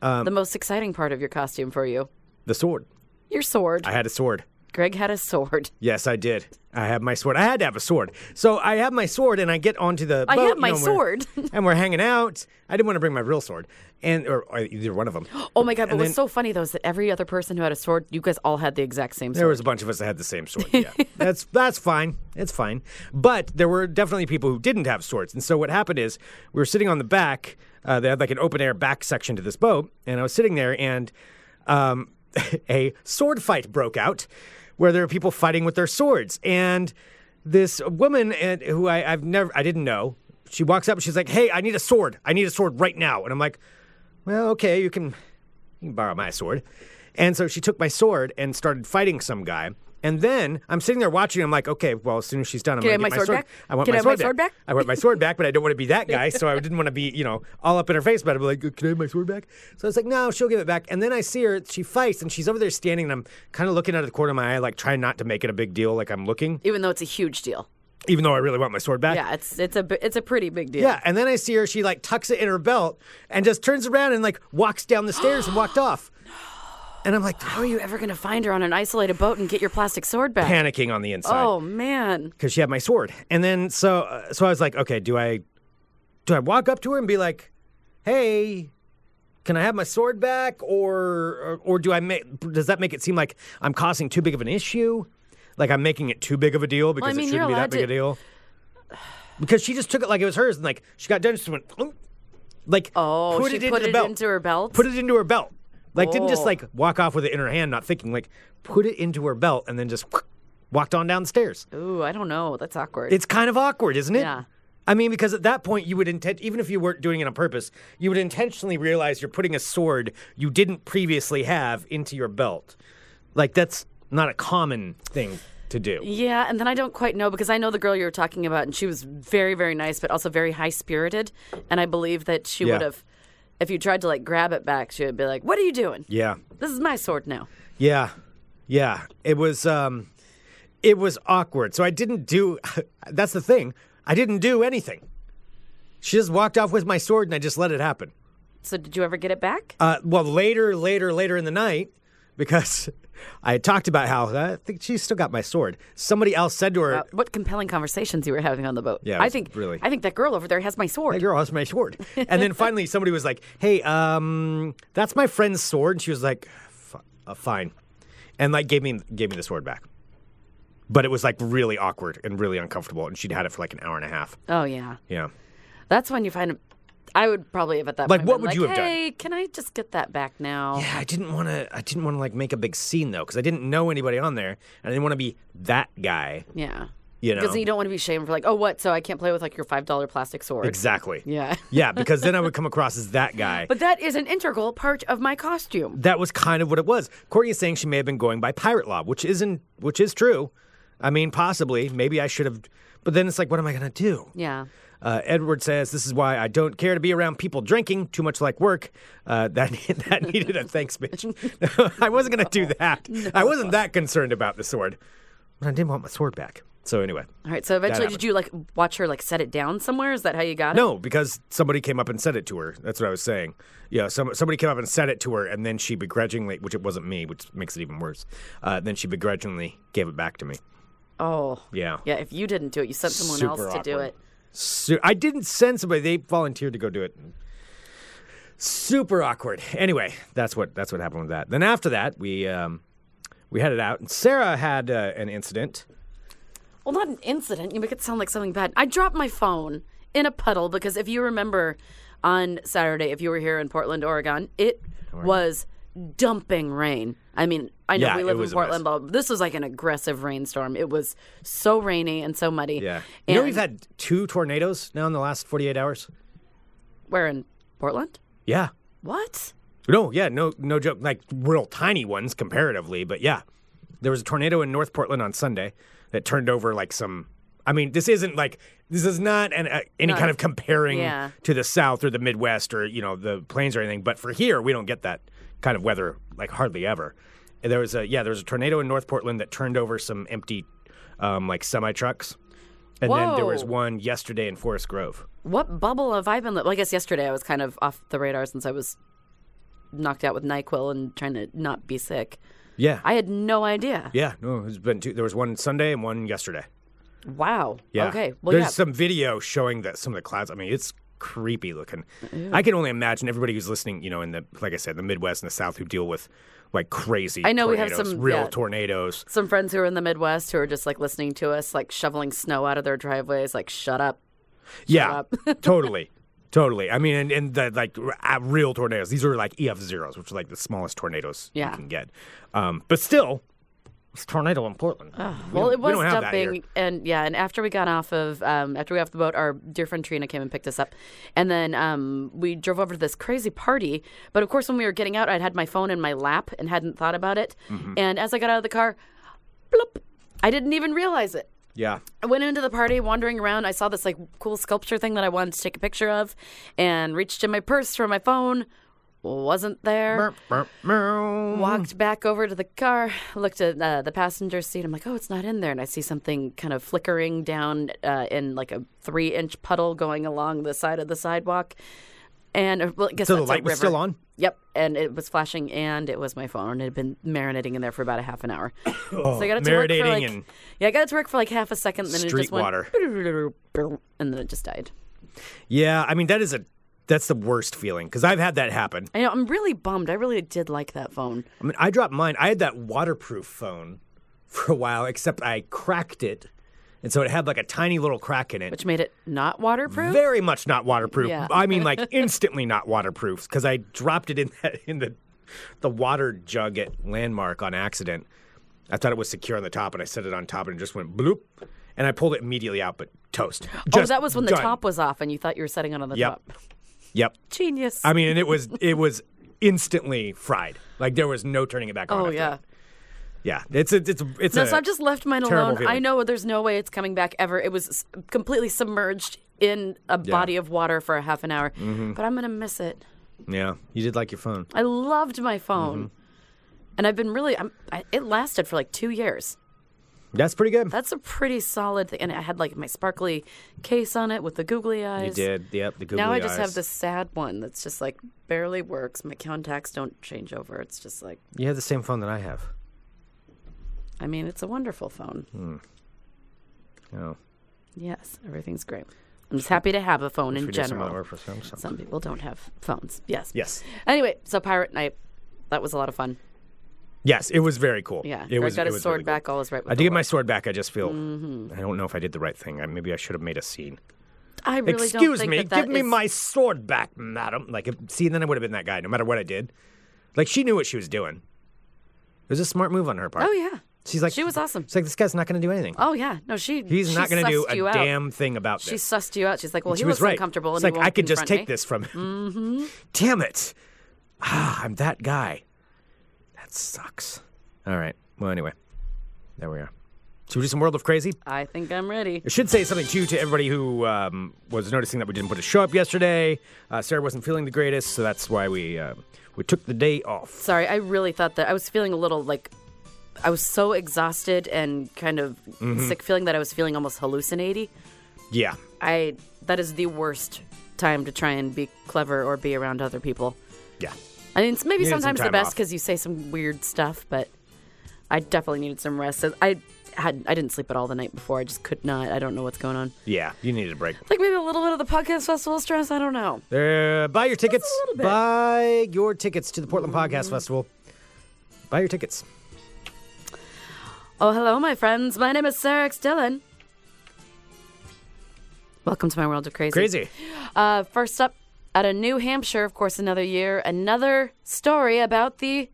Speaker 5: Um,
Speaker 6: the most exciting part of your costume for you,
Speaker 5: the sword.
Speaker 6: your sword.
Speaker 5: I had a sword.
Speaker 6: Greg had a sword.
Speaker 5: Yes, I did. I have my sword. I had to have a sword. So I have my sword, and I get onto the.
Speaker 6: I
Speaker 5: boat,
Speaker 6: have
Speaker 5: you
Speaker 6: my
Speaker 5: know, and
Speaker 6: sword.
Speaker 5: We're, and we're hanging out. I didn't want to bring my real sword, and or, or either one of them.
Speaker 6: Oh my god! But
Speaker 5: then-
Speaker 6: what's so funny though is that every other person who had a sword, you guys all had the exact same sword.
Speaker 5: There was a bunch of us that had the same sword. Yeah, that's that's fine. It's fine. But there were definitely people who didn't have swords, and so what happened is we were sitting on the back. Uh, they had like an open air back section to this boat, and I was sitting there, and um, a sword fight broke out, where there were people fighting with their swords, and this woman and, who I, I've never I didn't know. She walks up, and she's like, "Hey, I need a sword. I need a sword right now," and I'm like. Well, okay, you can you can borrow my sword. And so she took my sword and started fighting some guy. And then I'm sitting there watching. I'm like, okay, well, as soon as she's done, I'm
Speaker 6: Can I
Speaker 5: gonna
Speaker 6: have
Speaker 5: get
Speaker 6: my
Speaker 5: my
Speaker 6: sword
Speaker 5: sword.
Speaker 6: back?
Speaker 5: I want
Speaker 6: Can
Speaker 5: my
Speaker 6: I have
Speaker 5: sword
Speaker 6: my sword back?
Speaker 5: I want my sword back, but I don't want to be that guy. So I didn't want to be, you know, all up in her face. But I'd be like, can I have my sword back? So it's like, no, she'll give it back. And then I see her. She fights, and she's over there standing. And I'm kind of looking out of the corner of my eye, like trying not to make it a big deal, like I'm looking,
Speaker 6: even though it's a huge deal.
Speaker 5: even though I really want my sword back.
Speaker 6: Yeah, it's it's a bi- it's a pretty big deal.
Speaker 5: Yeah, and then I see her. She like tucks it in her belt and just turns around and like walks down the stairs and walked off. And I'm like
Speaker 6: How are you ever going to find her on an isolated boat and get your plastic sword back?
Speaker 5: panicking on the inside
Speaker 6: Oh man.
Speaker 5: because she had my sword. And then so uh, so I was like, okay, do I do I walk up to her and be like, hey, can I have my sword back, or or, or do I make? Does that make it seem like I'm causing too big of an issue? Like I'm making it too big of a deal because
Speaker 6: I mean,
Speaker 5: it
Speaker 6: you're
Speaker 5: shouldn't be that
Speaker 6: allowed
Speaker 5: big a
Speaker 6: to-
Speaker 5: deal. Because she just took it like it was hers, and like she got done, she went, "Oop." like
Speaker 6: Oh,
Speaker 5: put
Speaker 6: she
Speaker 5: it,
Speaker 6: put
Speaker 5: in the
Speaker 6: it
Speaker 5: belt.
Speaker 6: into her belt?
Speaker 5: Put it into her belt. Like didn't just
Speaker 6: Oh.
Speaker 5: like walk off with it in her hand, not thinking. Like put it into her belt and then just walked on down the stairs.
Speaker 6: Ooh, I don't know. That's awkward.
Speaker 5: It's kind of awkward, isn't it?
Speaker 6: Yeah.
Speaker 5: I mean, because at that point you would intent, even if you weren't doing it on purpose, you would intentionally realize you're putting a sword you didn't previously have into your belt. Like that's not a common thing to do.
Speaker 6: Yeah, and then I don't quite know because I know the girl you were talking about, and she was very, very nice, but also very high spirited. And I believe that she
Speaker 5: Yeah.
Speaker 6: would have, if you tried to like grab it back, she would be like, "What are you doing?
Speaker 5: Yeah,
Speaker 6: This is my sword now."
Speaker 5: yeah, yeah. It was, um, it was awkward. So I didn't do. That's the thing. I didn't do anything. She just walked off with my sword, and I just let it happen.
Speaker 6: So did you ever get it back?
Speaker 5: Uh, well, later, later, later in the night, because I had talked about how I think she's still got my sword. Somebody else said to her,
Speaker 6: Uh, what compelling conversations you were having on the boat.
Speaker 5: Yeah, it
Speaker 6: I
Speaker 5: was
Speaker 6: think
Speaker 5: really-
Speaker 6: I think that girl over there has my sword.
Speaker 5: "That girl has my sword." and then finally, somebody was like, "Hey, um, that's my friend's sword." And she was like, F- uh, "Fine," and like gave me gave me the sword back. But it was like really awkward and really uncomfortable, and she'd had it for like an hour and a half.
Speaker 6: Oh yeah,
Speaker 5: Yeah,
Speaker 6: that's when you find. I would probably have at that
Speaker 5: Like,
Speaker 6: point
Speaker 5: what
Speaker 6: been
Speaker 5: would you have done?
Speaker 6: Hey, can I just get that back now?
Speaker 5: yeah. I didn't want to. I didn't want to like make a big scene though, because I didn't know anybody on there, and I didn't want to be that guy.
Speaker 6: Yeah.
Speaker 5: You know,
Speaker 6: Because you don't want to be shamed for like, oh, what? So I can't play with like your five dollar plastic sword.
Speaker 5: exactly.
Speaker 6: Yeah.
Speaker 5: Yeah, because then I would come across as that guy.
Speaker 6: But that is an integral part of my costume.
Speaker 5: that was kind of what it was. Courtney is saying she may have been going by pirate law, which isn't, which is true. I mean, possibly. Maybe I should have. But then it's like, what am I going to do?
Speaker 6: Yeah.
Speaker 5: Uh, Edward says this is why I don't care to be around people drinking too much like work. Uh, that that needed a thanks, bitch. I wasn't going to do that. I wasn't that concerned about the sword, but I didn't want my sword back. So anyway,
Speaker 6: All right. So eventually,
Speaker 5: happened.
Speaker 6: did you like watch her like set it down somewhere? Is that how you got it?
Speaker 5: No, because somebody came up and said it to her. That's what I was saying. Yeah, some, somebody came up and said it to her, and then she begrudgingly, which it wasn't me, which makes it even worse. Uh, then she begrudgingly gave it back to me.
Speaker 6: Oh.
Speaker 5: Yeah.
Speaker 6: Yeah. If you didn't do it, you sent someone
Speaker 5: Super
Speaker 6: else to do
Speaker 5: awkward.
Speaker 6: it.
Speaker 5: Su- I didn't send somebody; they volunteered to go do it. Super awkward. Anyway, that's what that's what happened with that. Then after that, we um, we headed out, and Sarah had uh, an incident.
Speaker 6: Well, not an incident. You make it sound like something bad. I dropped my phone in a puddle because if you remember on Saturday, if you were here in Portland, Oregon, it was dumping rain. I mean, I know
Speaker 5: Yeah,
Speaker 6: we
Speaker 5: it
Speaker 6: live in
Speaker 5: was a mess.
Speaker 6: Portland, but this was like an aggressive rainstorm. It was so rainy and so muddy.
Speaker 5: Yeah,
Speaker 6: And
Speaker 5: you know we've had two tornadoes now in the last forty eight hours.
Speaker 6: Where in Portland?
Speaker 5: Yeah,
Speaker 6: What?
Speaker 5: No, yeah, no, no joke. Like real tiny ones comparatively, but yeah, there was a tornado in North Portland on Sunday that turned over like some. I mean, this isn't like this is not an, uh, any kind of comparing
Speaker 6: yeah.
Speaker 5: to the South or the Midwest or you know the plains or anything. But for here, we don't get that kind of weather like hardly ever. And there was a yeah, there was a tornado in North Portland that turned over some empty um, like semi trucks, and then there was
Speaker 6: Whoa.
Speaker 5: one yesterday in Forest Grove.
Speaker 6: What bubble have I been? Li- well, I guess yesterday I was kind of off the radar since I was knocked out with Nyquil and trying to not be sick.
Speaker 5: Yeah,
Speaker 6: I had no idea.
Speaker 5: yeah, no, it's been two. There was one Sunday and one yesterday.
Speaker 6: Wow.
Speaker 5: Yeah.
Speaker 6: Okay. Well,
Speaker 5: there's
Speaker 6: yeah.
Speaker 5: some video showing that some of the clouds. I mean, it's creepy looking. I can only imagine everybody who's listening. You know, in the like I said, the Midwest and the South who deal with like crazy.
Speaker 6: I know we have
Speaker 5: tornadoes,
Speaker 6: some-
Speaker 5: real
Speaker 6: yeah.
Speaker 5: tornadoes.
Speaker 6: some friends who are in the Midwest who are just like listening to us, like shoveling snow out of their driveways, like shut up.
Speaker 5: yeah,
Speaker 6: up.
Speaker 5: totally. Totally. I mean, and, and the like r- uh, real tornadoes. These are like EF zeros, which are like the smallest tornadoes
Speaker 6: Yeah.
Speaker 5: you can get. Um, but still, it's a tornado in Portland. We
Speaker 6: Well,
Speaker 5: don't-
Speaker 6: it
Speaker 5: we
Speaker 6: was
Speaker 5: don't have that here.
Speaker 6: dumping, and yeah, and after we got off of, um, after we got off the boat, our dear friend Trina came and picked us up, and then um, we drove over to this crazy party. But of course, when we were getting out, I'd had my phone in my lap and hadn't thought about it.
Speaker 5: Mm-hmm.
Speaker 6: And as I got out of the car, bloop, I didn't even realize it.
Speaker 5: Yeah.
Speaker 6: I went into the party, wandering around. I saw this like cool sculpture thing that I wanted to take a picture of, and reached in my purse for my phone. Wasn't there.
Speaker 5: Burp, burp, meow.
Speaker 6: Walked back over to the car, looked at uh, the passenger seat. I'm like, oh, it's not in there. And I see something kind of flickering down uh, in like a three inch puddle going along the side of the sidewalk. And uh, well, I guess
Speaker 5: So the
Speaker 6: that's a
Speaker 5: light was
Speaker 6: river.
Speaker 5: still on?
Speaker 6: Yep, and it was flashing, and it was my phone. It had been marinating in there for about a half an hour. so I got it to work
Speaker 5: Oh, marinating
Speaker 6: for like
Speaker 5: and-
Speaker 6: yeah, I got it to work for like half a second, and then it
Speaker 5: Street
Speaker 6: just went
Speaker 5: water.
Speaker 6: and then it just died.
Speaker 5: Yeah, I mean that is a That's the worst feeling because I've had that happen.
Speaker 6: I know. I'm really bummed. I really did like that phone.
Speaker 5: I mean, I dropped mine. I had that waterproof phone for a while, except I cracked it, and so it had like a tiny little crack in it.
Speaker 6: Which made it not waterproof.
Speaker 5: very much not waterproof.
Speaker 6: Yeah.
Speaker 5: I mean, like instantly not waterproof because I dropped it in that in the the water jug at Landmark on accident. I thought it was secure on the top, and I set it on top, and it just went bloop. And I pulled it immediately out, but toast.
Speaker 6: oh,
Speaker 5: Just
Speaker 6: that was when the
Speaker 5: done.
Speaker 6: top was off and you thought you were setting it on the
Speaker 5: Yep.
Speaker 6: top.
Speaker 5: Yep.
Speaker 6: Genius.
Speaker 5: I mean, and it was it was instantly fried. Like there was no turning it back on.
Speaker 6: oh
Speaker 5: after
Speaker 6: yeah.
Speaker 5: that. yeah. It's a, it's a- it's
Speaker 6: No,
Speaker 5: a,
Speaker 6: so I've just left mine
Speaker 5: terrible
Speaker 6: alone. I
Speaker 5: feeling.
Speaker 6: know there's no way it's coming back ever. It was s- completely submerged in a body of water for a half an hour,
Speaker 5: Mm-hmm.
Speaker 6: but I'm gonna miss it.
Speaker 5: yeah. You did like your phone.
Speaker 6: I loved my phone,
Speaker 5: Mm-hmm.
Speaker 6: and I've been really. I'm, I, it lasted for like two years.
Speaker 5: That's pretty good.
Speaker 6: That's a pretty solid thing, and I had like my sparkly case on it with the googly eyes.
Speaker 5: you did. Yep. The
Speaker 6: Now
Speaker 5: googly
Speaker 6: I just
Speaker 5: eyes.
Speaker 6: have this sad one that's just like barely works. My contacts don't change over. It's just like,
Speaker 5: You have the same phone that I have.
Speaker 6: I mean, it's a wonderful phone.
Speaker 5: Oh.
Speaker 6: Yes, everything's great. I'm just happy to have a phone in
Speaker 5: We did some
Speaker 6: general.
Speaker 5: hour for Samsung.
Speaker 6: Some people don't have phones. Yes.
Speaker 5: Yes.
Speaker 6: Anyway, so Pirate Night, that was a lot of fun.
Speaker 5: Yes, it was very cool.
Speaker 6: Yeah.
Speaker 5: it
Speaker 6: Greg
Speaker 5: was.
Speaker 6: got
Speaker 5: it
Speaker 6: his
Speaker 5: was
Speaker 6: sword
Speaker 5: really cool.
Speaker 6: back. All is right. With
Speaker 5: I
Speaker 6: the Mm-hmm.
Speaker 5: did get my
Speaker 6: world.
Speaker 5: sword back. I just feel I don't know if I did the right thing. I, maybe I should have made a scene.
Speaker 6: I really don't
Speaker 5: Excuse
Speaker 6: think
Speaker 5: me,
Speaker 6: that that
Speaker 5: give me
Speaker 6: is-
Speaker 5: my sword back, madam. Like, if- see, then I would have been that guy, no matter what I did. Like, she knew what she was doing. It was a smart move on her part.
Speaker 6: Oh yeah.
Speaker 5: She's like,
Speaker 6: She was awesome.
Speaker 5: She's like, this guy's not going to do anything.
Speaker 6: Oh yeah. No, she.
Speaker 5: He's
Speaker 6: she
Speaker 5: not going to do
Speaker 6: sussed
Speaker 5: a
Speaker 6: you out.
Speaker 5: damn thing about
Speaker 6: She
Speaker 5: this.
Speaker 6: sussed you out. She's like, well,
Speaker 5: she
Speaker 6: he
Speaker 5: was
Speaker 6: looks
Speaker 5: right.
Speaker 6: uncomfortable.
Speaker 5: It's
Speaker 6: and
Speaker 5: like
Speaker 6: he won't
Speaker 5: I could just take
Speaker 6: confront me. Mm-hmm.
Speaker 5: this from him. Damn it! Ah, I'm that guy. That sucks. All right. Well, anyway, there we are. Should we do some World of Crazy?
Speaker 6: I think I'm ready.
Speaker 5: I should say something too to everybody who um, was noticing that we didn't put a show up yesterday. Uh, Sarah wasn't feeling the greatest, so that's why we uh, we took the day off.
Speaker 6: Sorry, I really thought that I was feeling a little like I was so exhausted and kind of
Speaker 5: Mm-hmm.
Speaker 6: sick, feeling that I was feeling almost hallucinating.
Speaker 5: Yeah,
Speaker 6: I that is the worst time to try and be clever or be around other people.
Speaker 5: yeah.
Speaker 6: I mean, it's maybe
Speaker 5: Needed some
Speaker 6: sometimes the
Speaker 5: time
Speaker 6: best
Speaker 5: off.
Speaker 6: because you say some weird stuff, but I definitely needed some rest. So I had I didn't sleep at all the night before. I just could not. I don't know what's going on.
Speaker 5: Yeah, you needed a break.
Speaker 6: Like maybe a little bit of the podcast festival stress. I don't know.
Speaker 5: Uh, buy your tickets.
Speaker 6: little bit.
Speaker 5: Buy your tickets to the Portland Podcast Festival. Buy your tickets.
Speaker 6: Oh, hello, my friends. My name is Sarah X. Dillon. Welcome to my world of crazy.
Speaker 5: Crazy.
Speaker 6: Uh, first up, out of New Hampshire, of course, another year, another story about the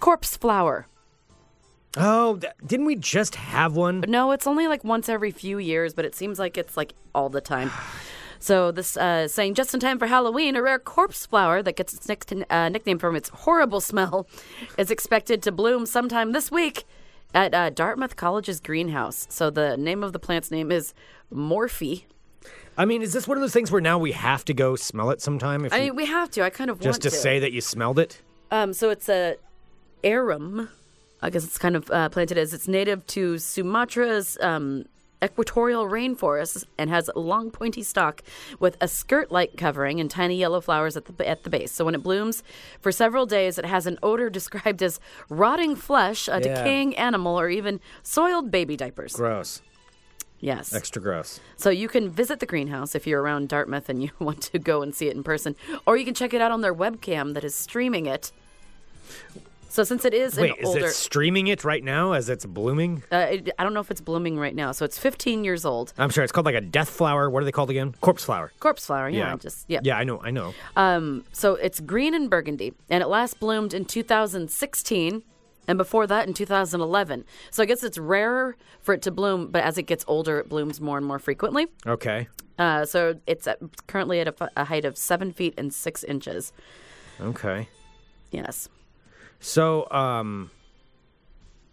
Speaker 6: corpse flower.
Speaker 5: Oh, th- didn't we just have one?
Speaker 6: No, it's only like once every few years, but it seems like it's like all the time. So this uh, saying, just in time for Halloween, a rare corpse flower that gets its nick- uh, nickname from its horrible smell is expected to bloom sometime this week at uh, Dartmouth College's greenhouse. So the name of the plant's name is Morphe.
Speaker 5: I mean, is this one of those things where now we have to go smell it sometime? If
Speaker 6: I
Speaker 5: you-
Speaker 6: mean, we have to. I kind of
Speaker 5: just
Speaker 6: want
Speaker 5: to say that you smelled it.
Speaker 6: Um, so it's a arum. I guess it's kind of uh, planted as it's native to Sumatra's um, equatorial rainforests and has a long pointy stalk with a skirt-like covering and tiny yellow flowers at the at the base. So when it blooms for several days, it has an odor described as rotting flesh, a decaying animal, or even soiled baby diapers.
Speaker 5: Gross.
Speaker 6: Yes.
Speaker 5: Extra gross.
Speaker 6: So you can visit the greenhouse if you're around Dartmouth and you want to go and see it in person, or you can check it out on their webcam that is streaming it. So since it is
Speaker 5: Wait,
Speaker 6: an
Speaker 5: is
Speaker 6: older,
Speaker 5: it streaming it right now as it's blooming?
Speaker 6: uh, it, I don't know if it's blooming right now. So it's 15 years old.
Speaker 5: I'm sure it's called like a death flower. What are they called again? Corpse flower.
Speaker 6: Corpse flower, yeah, I just yeah.
Speaker 5: Yeah, I know. I know.
Speaker 6: Um, so it's green and burgundy, and it last bloomed in 2016, and before that in 2011. So I guess it's rarer for it to bloom, but as it gets older, it blooms more and more frequently.
Speaker 5: Okay.
Speaker 6: Uh, so it's at, currently at a, f- a height of seven feet and six inches.
Speaker 5: Okay.
Speaker 6: Yes.
Speaker 5: So, um,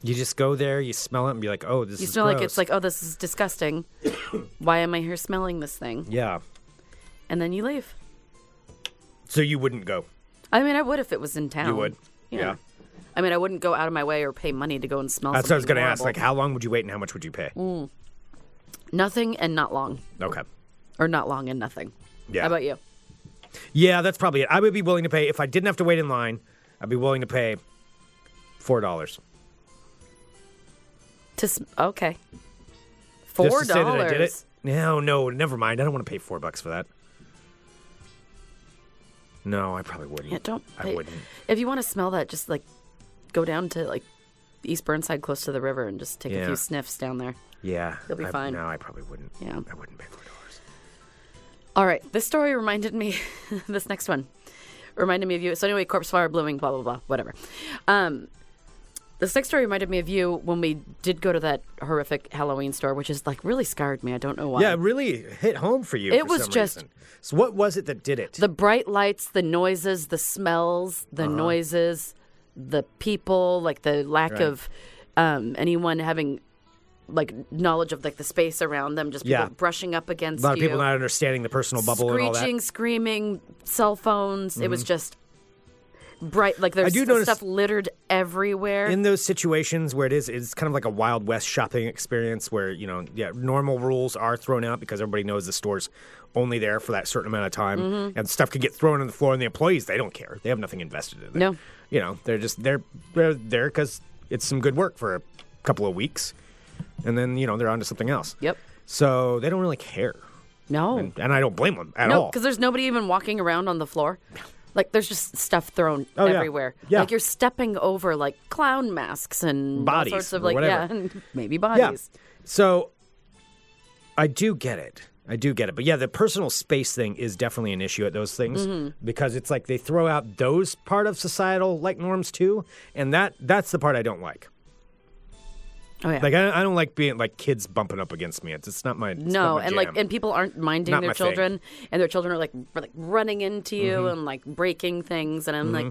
Speaker 5: you just go there, you smell it, and be like, "Oh, this
Speaker 6: You
Speaker 5: is."
Speaker 6: smell like it's
Speaker 5: gross.
Speaker 6: like, oh, this is disgusting. Why am I here smelling this thing?
Speaker 5: Yeah.
Speaker 6: And then you leave.
Speaker 5: So you wouldn't go.
Speaker 6: I mean, I would if it was in town.
Speaker 5: You would.
Speaker 6: Yeah. I mean, I wouldn't go out of my way or pay money to go and smell.
Speaker 5: That's what I was
Speaker 6: going
Speaker 5: gonna
Speaker 6: to
Speaker 5: ask. Like, how long would you wait, and how much would you pay?
Speaker 6: Mm. nothing and not long,
Speaker 5: Okay.
Speaker 6: or not long and nothing.
Speaker 5: Yeah.
Speaker 6: How about you?
Speaker 5: Yeah, that's probably it. I would be willing to pay if I didn't have to wait in line. I'd be willing to pay four dollars.
Speaker 6: To sm- okay. Four
Speaker 5: Just to say that I did it.
Speaker 6: dollars.
Speaker 5: No, no, never mind. I don't want to pay four bucks for that. No, I probably wouldn't.
Speaker 6: Yeah, don't.
Speaker 5: I
Speaker 6: like,
Speaker 5: wouldn't.
Speaker 6: If you want to smell that, just like go down to like East Burnside, close to the river, and just take a
Speaker 5: Yeah.
Speaker 6: few sniffs down there.
Speaker 5: Yeah.
Speaker 6: You'll be
Speaker 5: I-
Speaker 6: fine.
Speaker 5: No, I probably wouldn't.
Speaker 6: Yeah.
Speaker 5: I wouldn't pay four dollars.
Speaker 6: All right, this story reminded me. this next one reminded me of you. So anyway, corpse fire blooming, blah blah blah, whatever. Um, this next story reminded me of you when we did go to that horrific Halloween store, which is like really scarred me. I don't know why.
Speaker 5: Yeah, it really hit home for you.
Speaker 6: It
Speaker 5: for
Speaker 6: was
Speaker 5: some
Speaker 6: just-
Speaker 5: reason. So what was it that did it?
Speaker 6: the bright lights, the noises, the smells, the
Speaker 5: Uh-huh.
Speaker 6: noises, the people, like the lack
Speaker 5: Right.
Speaker 6: of um, anyone having like knowledge of like the space around them, just people
Speaker 5: Yeah.
Speaker 6: brushing up against
Speaker 5: a lot of
Speaker 6: you,
Speaker 5: people not understanding the personal bubble and all that. Mm-hmm.
Speaker 6: screeching, screaming, cell phones. It was just bright. Like there's
Speaker 5: do
Speaker 6: st-
Speaker 5: notice-
Speaker 6: stuff littered everywhere.
Speaker 5: in those situations where it is it's kind of like a wild west shopping experience where you know yeah normal rules are thrown out because everybody knows the store's only there for that certain amount of time
Speaker 6: Mm-hmm.
Speaker 5: and stuff could get thrown on the floor and the employees they don't care they have nothing invested in it
Speaker 6: No.
Speaker 5: you know they're just they're they're there because it's some good work for a couple of weeks and then you know they're on to something else
Speaker 6: yep.
Speaker 5: so they don't really care
Speaker 6: No.
Speaker 5: and i don't blame them at
Speaker 6: No,
Speaker 5: all
Speaker 6: because there's nobody even walking around on the floor. Like there's just stuff thrown
Speaker 5: Oh, yeah.
Speaker 6: everywhere.
Speaker 5: Yeah.
Speaker 6: Like you're stepping over like clown masks and
Speaker 5: Bodies
Speaker 6: all sorts of
Speaker 5: or
Speaker 6: like yeah,
Speaker 5: whatever.
Speaker 6: and maybe
Speaker 5: Yeah.
Speaker 6: bodies.
Speaker 5: So I do get it. I do get it. But yeah, the personal space thing is definitely an issue at those things
Speaker 6: Mm-hmm.
Speaker 5: because it's like they throw out those part of societal like norms too, and that that's the part I don't like.
Speaker 6: Oh yeah.
Speaker 5: Like I, I don't like being like kids bumping up against me. It's, it's not my it's not
Speaker 6: no,
Speaker 5: my
Speaker 6: and like
Speaker 5: jam.
Speaker 6: and people aren't minding
Speaker 5: Not
Speaker 6: their
Speaker 5: my thing. Mm-hmm.
Speaker 6: children and their children are like r- like running into you and like breaking things and I'm like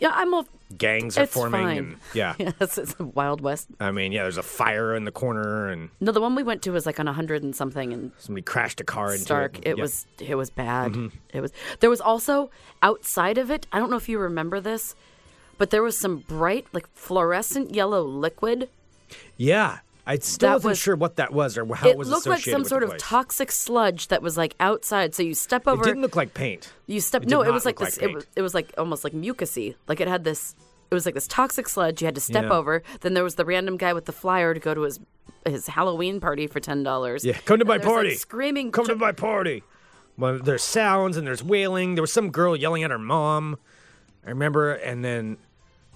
Speaker 6: yeah, I'm all
Speaker 5: gangs are
Speaker 6: it's
Speaker 5: forming
Speaker 6: fine.
Speaker 5: and yeah.
Speaker 6: yeah, it's, it's the Wild West.
Speaker 5: I mean, yeah, there's a fire in the corner and
Speaker 6: No, the one we went to was like on a hundred and something and
Speaker 5: somebody crashed a car into
Speaker 6: Stark. It
Speaker 5: it. Yeah. Mm-hmm.
Speaker 6: was it was bad. It was there was also outside of it. I don't know if you remember this, but there was some bright like fluorescent yellow liquid.
Speaker 5: Yeah. I still
Speaker 6: That
Speaker 5: wasn't
Speaker 6: was-
Speaker 5: sure what that was or how it,
Speaker 6: it
Speaker 5: was
Speaker 6: looked like
Speaker 5: associated
Speaker 6: some
Speaker 5: with
Speaker 6: sort
Speaker 5: the
Speaker 6: of
Speaker 5: place.
Speaker 6: toxic sludge that was like outside. So you step
Speaker 5: It
Speaker 6: over.
Speaker 5: didn't look like paint.
Speaker 6: you step.
Speaker 5: it did
Speaker 6: no, it
Speaker 5: not
Speaker 6: was like
Speaker 5: look
Speaker 6: this.
Speaker 5: like
Speaker 6: it was
Speaker 5: paint.
Speaker 6: it was like almost like mucusy. Like it had this. It was like this toxic sludge. You had to step
Speaker 5: Yeah.
Speaker 6: over. Then there was the random guy with the flyer to go to his his Halloween party for ten dollars.
Speaker 5: Yeah, come to my
Speaker 6: there's, like,
Speaker 5: party.
Speaker 6: screaming
Speaker 5: Come to
Speaker 6: ch-
Speaker 5: my party. Well, there's sounds and there's wailing. There was some girl yelling at her mom. I remember, and then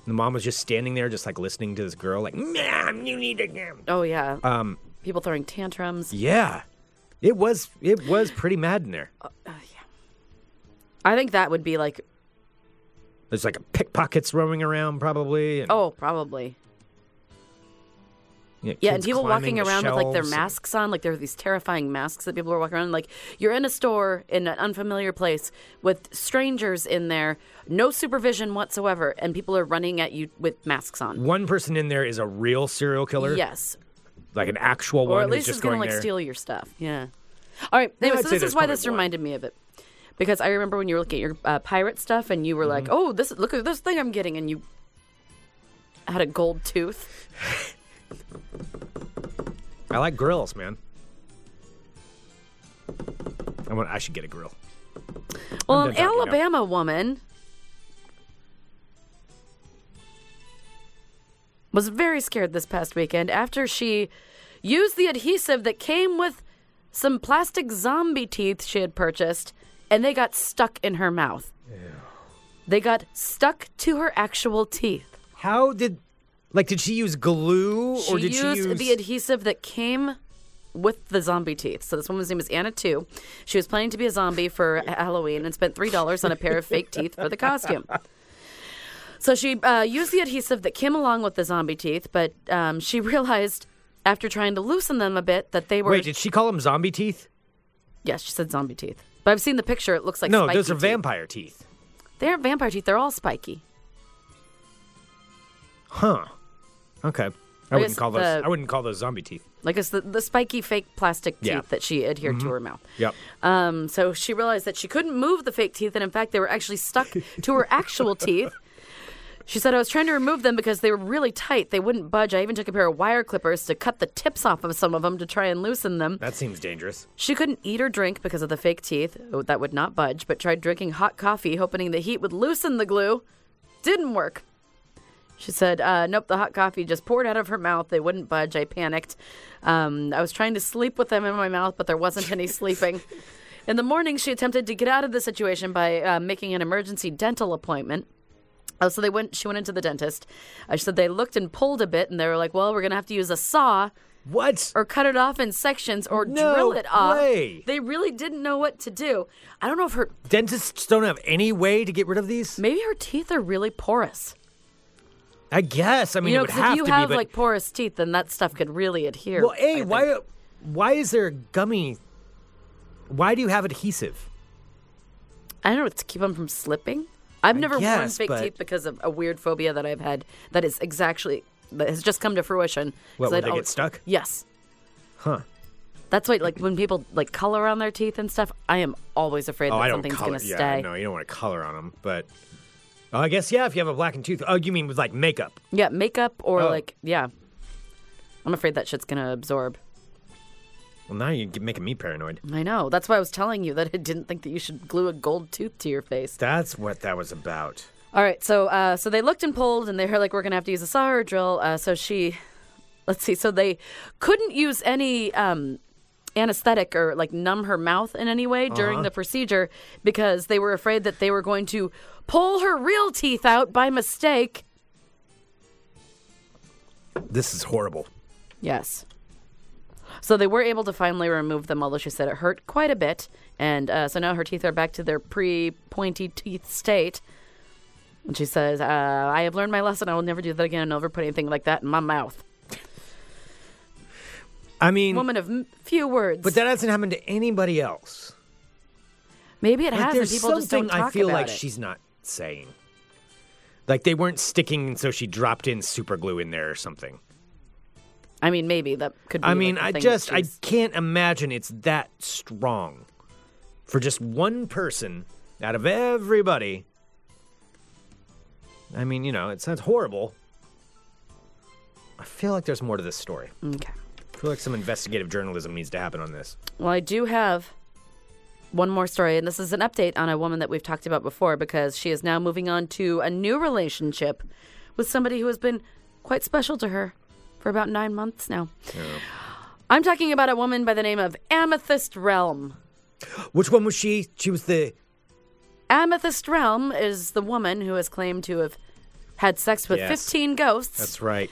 Speaker 5: the mom was just standing there, just like listening to this girl, like, "Ma'am, you need to." get-"
Speaker 6: Oh yeah. Um. People throwing tantrums.
Speaker 5: Yeah, it was it was pretty mad in there.
Speaker 6: I think that would be like
Speaker 5: There's like pickpockets roaming around, probably. And,
Speaker 6: oh probably
Speaker 5: you know,
Speaker 6: Yeah, and
Speaker 5: kids
Speaker 6: people
Speaker 5: climbing
Speaker 6: walking
Speaker 5: the
Speaker 6: around with like their
Speaker 5: shelves and-
Speaker 6: masks on, like there are these terrifying masks that people are walking around. Like you're in a store in an unfamiliar place with strangers in there, no supervision whatsoever, and people are running at you with masks on.
Speaker 5: One person in there is a real serial killer.
Speaker 6: Yes,
Speaker 5: like an actual
Speaker 6: or
Speaker 5: one.
Speaker 6: at least it's
Speaker 5: who's just
Speaker 6: gonna
Speaker 5: going
Speaker 6: like
Speaker 5: there.
Speaker 6: steal your stuff. Yeah. All right. Anyway,
Speaker 5: I'd
Speaker 6: so
Speaker 5: say
Speaker 6: this
Speaker 5: there's
Speaker 6: is why
Speaker 5: probably
Speaker 6: this
Speaker 5: one.
Speaker 6: reminded me of it. Because I remember when you were looking at your uh, pirate stuff and you were
Speaker 5: Mm-hmm.
Speaker 6: like, "Oh, this look at this thing I'm getting," and you had a gold tooth.
Speaker 5: I like grills, man. I want. I should get a grill.
Speaker 6: Well,
Speaker 5: done
Speaker 6: an
Speaker 5: talking now.
Speaker 6: Alabama woman was very scared this past weekend after she used the adhesive that came with some plastic zombie teeth she had purchased, and they got stuck in her mouth. They got stuck to her actual teeth.
Speaker 5: How did like did she use glue
Speaker 6: She
Speaker 5: or did
Speaker 6: used
Speaker 5: she use
Speaker 6: the adhesive that came with the zombie teeth. So this woman's name is Anna Two. She was planning to be a zombie for Halloween and spent three dollars on a pair of fake teeth for the costume. So she uh, used the adhesive that came along with the zombie teeth, but um, she realized after trying to loosen them a bit that they were.
Speaker 5: Wait, did she call them zombie teeth?
Speaker 6: yes, she said zombie teeth. But I've seen the picture. It looks like
Speaker 5: No,
Speaker 6: spiky
Speaker 5: those are
Speaker 6: teeth.
Speaker 5: vampire teeth.
Speaker 6: They aren't vampire teeth. They're all spiky.
Speaker 5: Huh. Okay. I,
Speaker 6: guess
Speaker 5: wouldn't call those
Speaker 6: the-
Speaker 5: I wouldn't call those zombie teeth.
Speaker 6: Like it's the, the spiky fake plastic teeth
Speaker 5: Yeah. Mm-hmm.
Speaker 6: that she adhered to her mouth.
Speaker 5: Yep.
Speaker 6: Um, so she realized that she couldn't move the fake teeth, and in fact, they were actually stuck to her actual teeth. She said, I was trying to remove them because they were really tight. They wouldn't budge. I even took a pair of wire clippers to cut the tips off of some of them to try and loosen them.
Speaker 5: That seems dangerous.
Speaker 6: She couldn't eat or drink because of the fake teeth. Oh, that would not budge, but tried drinking hot coffee, hoping the heat would loosen the glue. Didn't work. She said, uh, Nope, the hot coffee just poured out of her mouth. They wouldn't budge. I panicked. Um, I was trying to sleep with them in my mouth, but there wasn't any sleeping. In the morning, she attempted to get out of the situation by uh, making an emergency dental appointment. Oh, so they went. She went into the dentist. Uh, she said they looked and pulled a bit, and they were like, "Well, we're gonna have to use a saw
Speaker 5: What?
Speaker 6: or cut it off in sections or
Speaker 5: No
Speaker 6: drill it off."
Speaker 5: way.
Speaker 6: They really didn't know what to do. I don't know if her
Speaker 5: Dentists don't have any way to get rid of these?
Speaker 6: maybe her teeth are really porous.
Speaker 5: I guess. I mean,
Speaker 6: you know,
Speaker 5: it would
Speaker 6: 'cause
Speaker 5: have
Speaker 6: if you
Speaker 5: to
Speaker 6: have
Speaker 5: be. But,
Speaker 6: like porous teeth, then that stuff could really adhere.
Speaker 5: well,
Speaker 6: I
Speaker 5: a
Speaker 6: think.
Speaker 5: why? Why is there a gummy? Why do you have adhesive?
Speaker 6: I don't know, to keep them from slipping. I've never worn
Speaker 5: guess,
Speaker 6: fake
Speaker 5: but-
Speaker 6: teeth because of a weird phobia that I've had that is exactly that has just come to fruition. 'Cause
Speaker 5: What, where
Speaker 6: I'd
Speaker 5: they get
Speaker 6: always-
Speaker 5: stuck?
Speaker 6: Yes,
Speaker 5: Huh?
Speaker 6: that's why. Like when people like color on their teeth and stuff, I am always afraid
Speaker 5: Oh,
Speaker 6: that
Speaker 5: I don't
Speaker 6: something's
Speaker 5: color.
Speaker 6: gonna
Speaker 5: yeah,
Speaker 6: stay.
Speaker 5: no, you don't want to color on them. But oh, I guess yeah. If you have a blackened tooth. Oh, you mean with like makeup?
Speaker 6: Yeah, makeup or
Speaker 5: Oh.
Speaker 6: like yeah. I'm afraid that shit's gonna absorb.
Speaker 5: Well, now you're making me paranoid.
Speaker 6: I know. That's why I was telling you that I didn't think that you should glue a gold tooth to your face.
Speaker 5: That's what that was about.
Speaker 6: All right, so uh, so they looked and pulled, and they were like, "We're gonna have to use a saw or a drill." Uh, so she, let's see, so they couldn't use any um, anesthetic or like numb her mouth in any way during the procedure because they were afraid that they were going to pull her real teeth out by mistake.
Speaker 5: This is horrible.
Speaker 6: Yes. So they were able to finally remove them, although she said it hurt quite a bit, and uh, so now her teeth are back to their pre-pointy teeth state. And she says, uh, "I have learned my lesson. I will never do that again, and I'll never put anything like that in my mouth."
Speaker 5: I mean,
Speaker 6: Woman of m- few words.
Speaker 5: but that hasn't happened to anybody else.
Speaker 6: maybe it
Speaker 5: Like,
Speaker 6: has, and
Speaker 5: there's
Speaker 6: people
Speaker 5: something
Speaker 6: just don't talk
Speaker 5: I feel
Speaker 6: about
Speaker 5: like
Speaker 6: it.
Speaker 5: she's not saying. Like they weren't sticking, and so she dropped in super glue in there or something.
Speaker 6: I mean, maybe that could. be
Speaker 5: I
Speaker 6: like,
Speaker 5: mean,
Speaker 6: the thing
Speaker 5: I
Speaker 6: that
Speaker 5: just I
Speaker 6: she's-
Speaker 5: can't imagine it's that strong for just one person out of everybody. I mean, you know, it sounds horrible. I feel like there's more to this story.
Speaker 6: Okay.
Speaker 5: I feel like some investigative journalism needs to happen on this.
Speaker 6: Well, I do have one more story, and this is an update on a woman that we've talked about before because she is now moving on to a new relationship with somebody who has been quite special to her for about nine months now. I'm talking about a woman by the name of Amethyst Realm.
Speaker 5: Which one was she? She was the
Speaker 6: Amethyst Realm is the woman who has claimed to have had sex with
Speaker 5: Yes.
Speaker 6: 15 ghosts.
Speaker 5: That's right.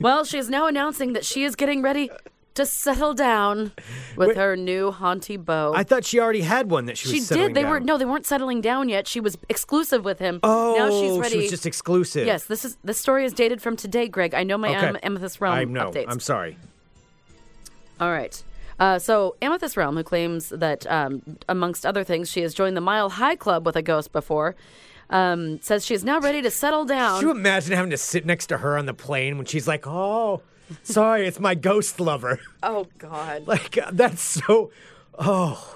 Speaker 6: Well, she is now announcing that she is getting ready to settle down with her new haunty beau.
Speaker 5: I thought she already had one that she was
Speaker 6: She
Speaker 5: settling
Speaker 6: did. They were
Speaker 5: down.
Speaker 6: no, they weren't settling down yet. She was exclusive with him.
Speaker 5: Oh,
Speaker 6: now she's
Speaker 5: she
Speaker 6: ready.
Speaker 5: was just exclusive.
Speaker 6: yes, this is the story is dated from today, Greg. I know my
Speaker 5: Okay.
Speaker 6: Am- Amethyst Realm
Speaker 5: I know.
Speaker 6: updates.
Speaker 5: I'm sorry.
Speaker 6: All right. Uh, so Amethyst Realm, who claims that um, amongst other things, she has joined the Mile High Club with a ghost before, um, says she is now ready to settle down.
Speaker 5: Could you imagine having to sit next to her on the plane when she's like, "Oh, sorry, it's my ghost lover."
Speaker 6: oh God.
Speaker 5: Like uh, that's so. Oh.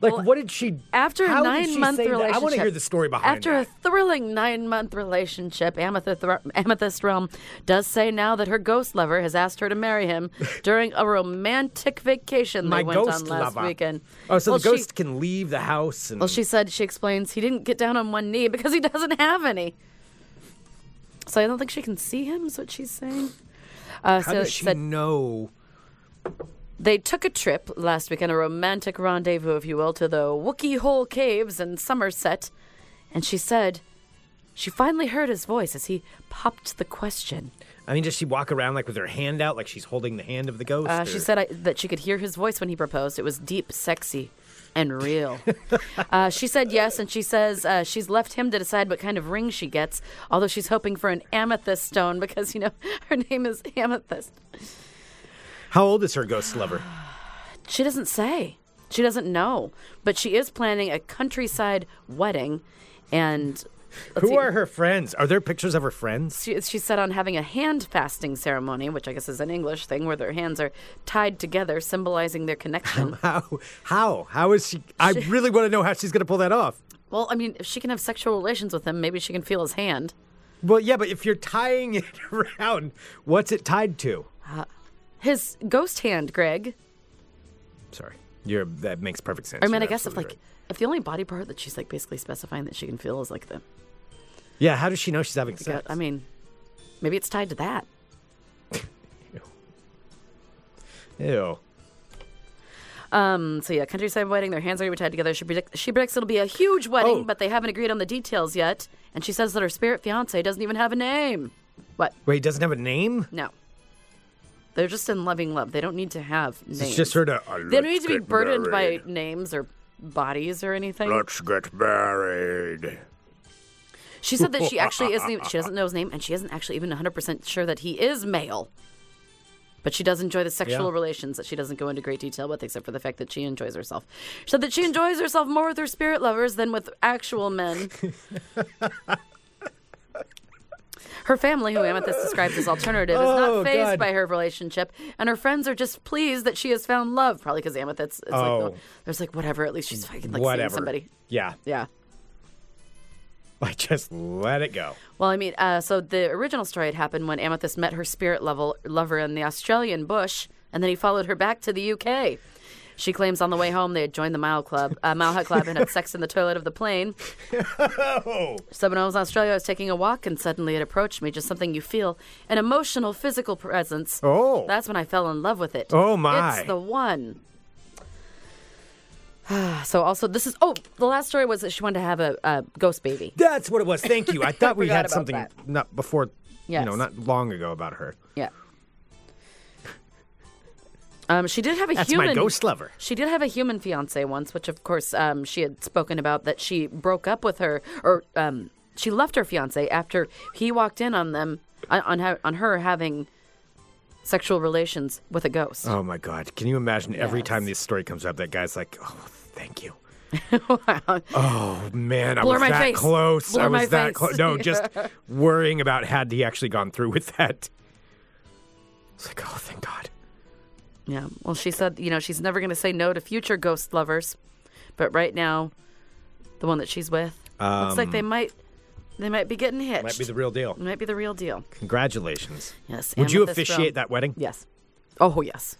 Speaker 5: Like
Speaker 6: Well,
Speaker 5: what did she?
Speaker 6: After a
Speaker 5: how did
Speaker 6: nine
Speaker 5: she
Speaker 6: month
Speaker 5: say that?
Speaker 6: relationship,
Speaker 5: I want to hear the story behind
Speaker 6: After
Speaker 5: that.
Speaker 6: a thrilling nine month relationship, Amethyst, Amethyst Realm does say now that her ghost lover has asked her to marry him during a romantic vacation
Speaker 5: my
Speaker 6: they went
Speaker 5: ghost
Speaker 6: on last
Speaker 5: lover.
Speaker 6: weekend.
Speaker 5: Oh, so
Speaker 6: Well,
Speaker 5: the ghost
Speaker 6: She,
Speaker 5: can leave the house and
Speaker 6: well, she said she explains he didn't get down on one knee because he doesn't have any. So I don't think she can see him. Is what she's saying. Uh,
Speaker 5: how
Speaker 6: so
Speaker 5: does
Speaker 6: it
Speaker 5: she
Speaker 6: said-
Speaker 5: know?
Speaker 6: they took a trip last weekend, a romantic rendezvous, if you will, to the Wookiee Hole Caves in Somerset. And she said she finally heard his voice as he popped the question.
Speaker 5: I mean, does she walk around like with her hand out, like she's holding the hand of the ghost?
Speaker 6: Uh,
Speaker 5: or-
Speaker 6: she said I, that she could hear his voice when he proposed. It was deep, sexy, and real. uh, she said yes, and she says uh, she's left him to decide what kind of ring she gets, although she's hoping for an amethyst stone because, you know, her name is Amethyst.
Speaker 5: "How old is her ghost lover?"
Speaker 6: She doesn't say. She doesn't know. But she is planning a countryside wedding. And let's
Speaker 5: Who
Speaker 6: see,
Speaker 5: are her friends? Are there pictures of her friends?
Speaker 6: She, she said on having a hand fasting ceremony, which I guess is an English thing where their hands are tied together, symbolizing their connection.
Speaker 5: How? How? How is she? I really want to know how she's going to pull that off.
Speaker 6: well, I mean, if she can have sexual relations with him, maybe she can feel his hand.
Speaker 5: Well, yeah, but if you're tying it around, what's it tied to?
Speaker 6: His ghost hand, Greg.
Speaker 5: Sorry, you're that makes perfect sense.
Speaker 6: I mean,
Speaker 5: You're
Speaker 6: I guess if like
Speaker 5: absolutely
Speaker 6: if the only body part that she's like basically specifying that she can feel is like the,
Speaker 5: right. yeah, how does she know she's having sex?
Speaker 6: I mean, maybe it's tied to that.
Speaker 5: ew.
Speaker 6: Um, so yeah, countryside wedding. Their hands are going to be tied together. She predicts, she predicts it'll be a huge wedding,
Speaker 5: Oh.
Speaker 6: but they haven't agreed on the details yet. And she says that her spirit fiance doesn't even have a name. What?
Speaker 5: Wait, it doesn't have a name?
Speaker 6: No. They're just in loving love. They don't need to have names.
Speaker 5: It's just sort of.
Speaker 6: they don't need to be burdened by names or bodies or anything.
Speaker 5: Let's get married.
Speaker 6: She said that she actually isn't. Even, she doesn't know his name, and she isn't actually even 100 percent sure that he is male. But she does enjoy the sexual
Speaker 5: Yeah.
Speaker 6: relations that she doesn't go into great detail with, except for the fact that she enjoys herself. She said that she enjoys herself more with her spirit lovers than with actual men. Her family, who Amethyst describes as alternative, is
Speaker 5: Oh,
Speaker 6: not phased
Speaker 5: God.
Speaker 6: by her relationship, and her friends are just pleased that she has found love. Probably because Amethyst, it's like,
Speaker 5: Oh.
Speaker 6: the- there's like whatever. At least she's fucking like seeing
Speaker 5: Whatever.
Speaker 6: somebody.
Speaker 5: Yeah.
Speaker 6: Yeah.
Speaker 5: Like, just let it go.
Speaker 6: Well, I mean, uh, so the original story had happened when Amethyst met her spirit level lover in the Australian bush, and then he followed her back to the UK. She claims on the way home they had joined the Mile Club, uh, Mile High Club, and had sex in the toilet of the plane.
Speaker 5: Oh.
Speaker 6: So when I was in Australia, I was taking a walk, and suddenly it approached me, just something you feel, an emotional, physical presence.
Speaker 5: Oh.
Speaker 6: That's when I fell in love with it.
Speaker 5: Oh, my.
Speaker 6: It's the one. so also, this is oh, the last story was that she wanted to have a, a ghost baby.
Speaker 5: That's what it was. Thank you. I thought we
Speaker 6: forgot
Speaker 5: had
Speaker 6: about
Speaker 5: something
Speaker 6: that.
Speaker 5: not before, you know,
Speaker 6: Yes.
Speaker 5: not long ago about her.
Speaker 6: Yeah. Um, she did have a
Speaker 5: That's
Speaker 6: human.
Speaker 5: my ghost lover.
Speaker 6: She did have a human fiance once, which of course um, she had spoken about that she broke up with her, or um, she left her fiance after he walked in on them on on, ha- on her having sexual relations with a ghost.
Speaker 5: Oh my God! Can you imagine? Every
Speaker 6: Yes.
Speaker 5: time this story comes up, that guy's like, "Oh, thank you." Oh man, I
Speaker 6: Blur
Speaker 5: was
Speaker 6: my
Speaker 5: that
Speaker 6: face.
Speaker 5: close. I
Speaker 6: Blur
Speaker 5: was
Speaker 6: my
Speaker 5: that
Speaker 6: face.
Speaker 5: close. No, just worrying about had he actually gone through with that. It's like, oh, thank God.
Speaker 6: Yeah. Well, she said, you know, she's never going to say no to future ghost lovers, but right now, the one that she's with looks like they might they might be getting hitched.
Speaker 5: Um, Might be the real deal.
Speaker 6: might be the real deal.
Speaker 5: Congratulations.
Speaker 6: Yes.
Speaker 5: Would you
Speaker 6: Amethyst
Speaker 5: officiate
Speaker 6: Realm.
Speaker 5: that wedding?
Speaker 6: Yes. Oh yes.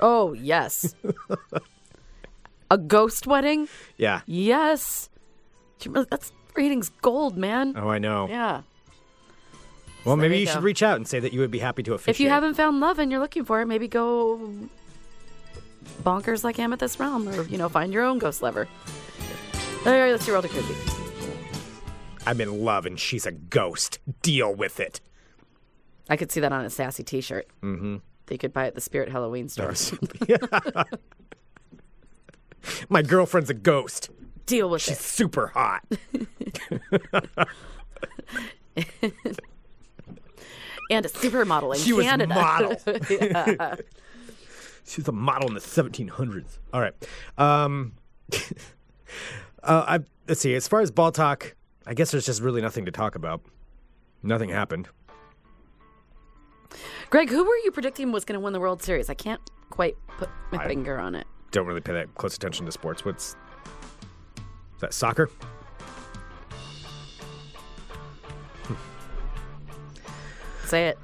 Speaker 6: Oh yes. a ghost wedding?
Speaker 5: Yeah.
Speaker 6: Yes. Do you remember- That's ratings gold, man.
Speaker 5: Oh, I know.
Speaker 6: Yeah.
Speaker 5: Well, maybe
Speaker 6: you
Speaker 5: you
Speaker 6: go.
Speaker 5: should reach out and say that you would be happy to officiate.
Speaker 6: If you haven't found love and you're looking for it, maybe go bonkers like Amethyst Realm, or you know, find your own ghost lover. All right, let's do roll to creepy.
Speaker 5: I'm in love and she's a ghost. Deal with it.
Speaker 6: I could see that on a sassy T-shirt. Mm-hmm. That you could buy at the Spirit Halloween store.
Speaker 5: My girlfriend's a ghost.
Speaker 6: Deal with
Speaker 5: She's
Speaker 6: it.
Speaker 5: super hot.
Speaker 6: And a supermodel in
Speaker 5: She was
Speaker 6: Canada.
Speaker 5: model. She's a model in the 1700s. All right. Um, uh, I, let's see. As far as ball talk, I guess there's just really nothing to talk about. Nothing happened.
Speaker 6: Greg, who were you predicting was going to win the World Series? I can't quite put my
Speaker 5: I-
Speaker 6: finger on it.
Speaker 5: Don't really pay that close attention to sports. What's is that? Soccer?
Speaker 6: Say it.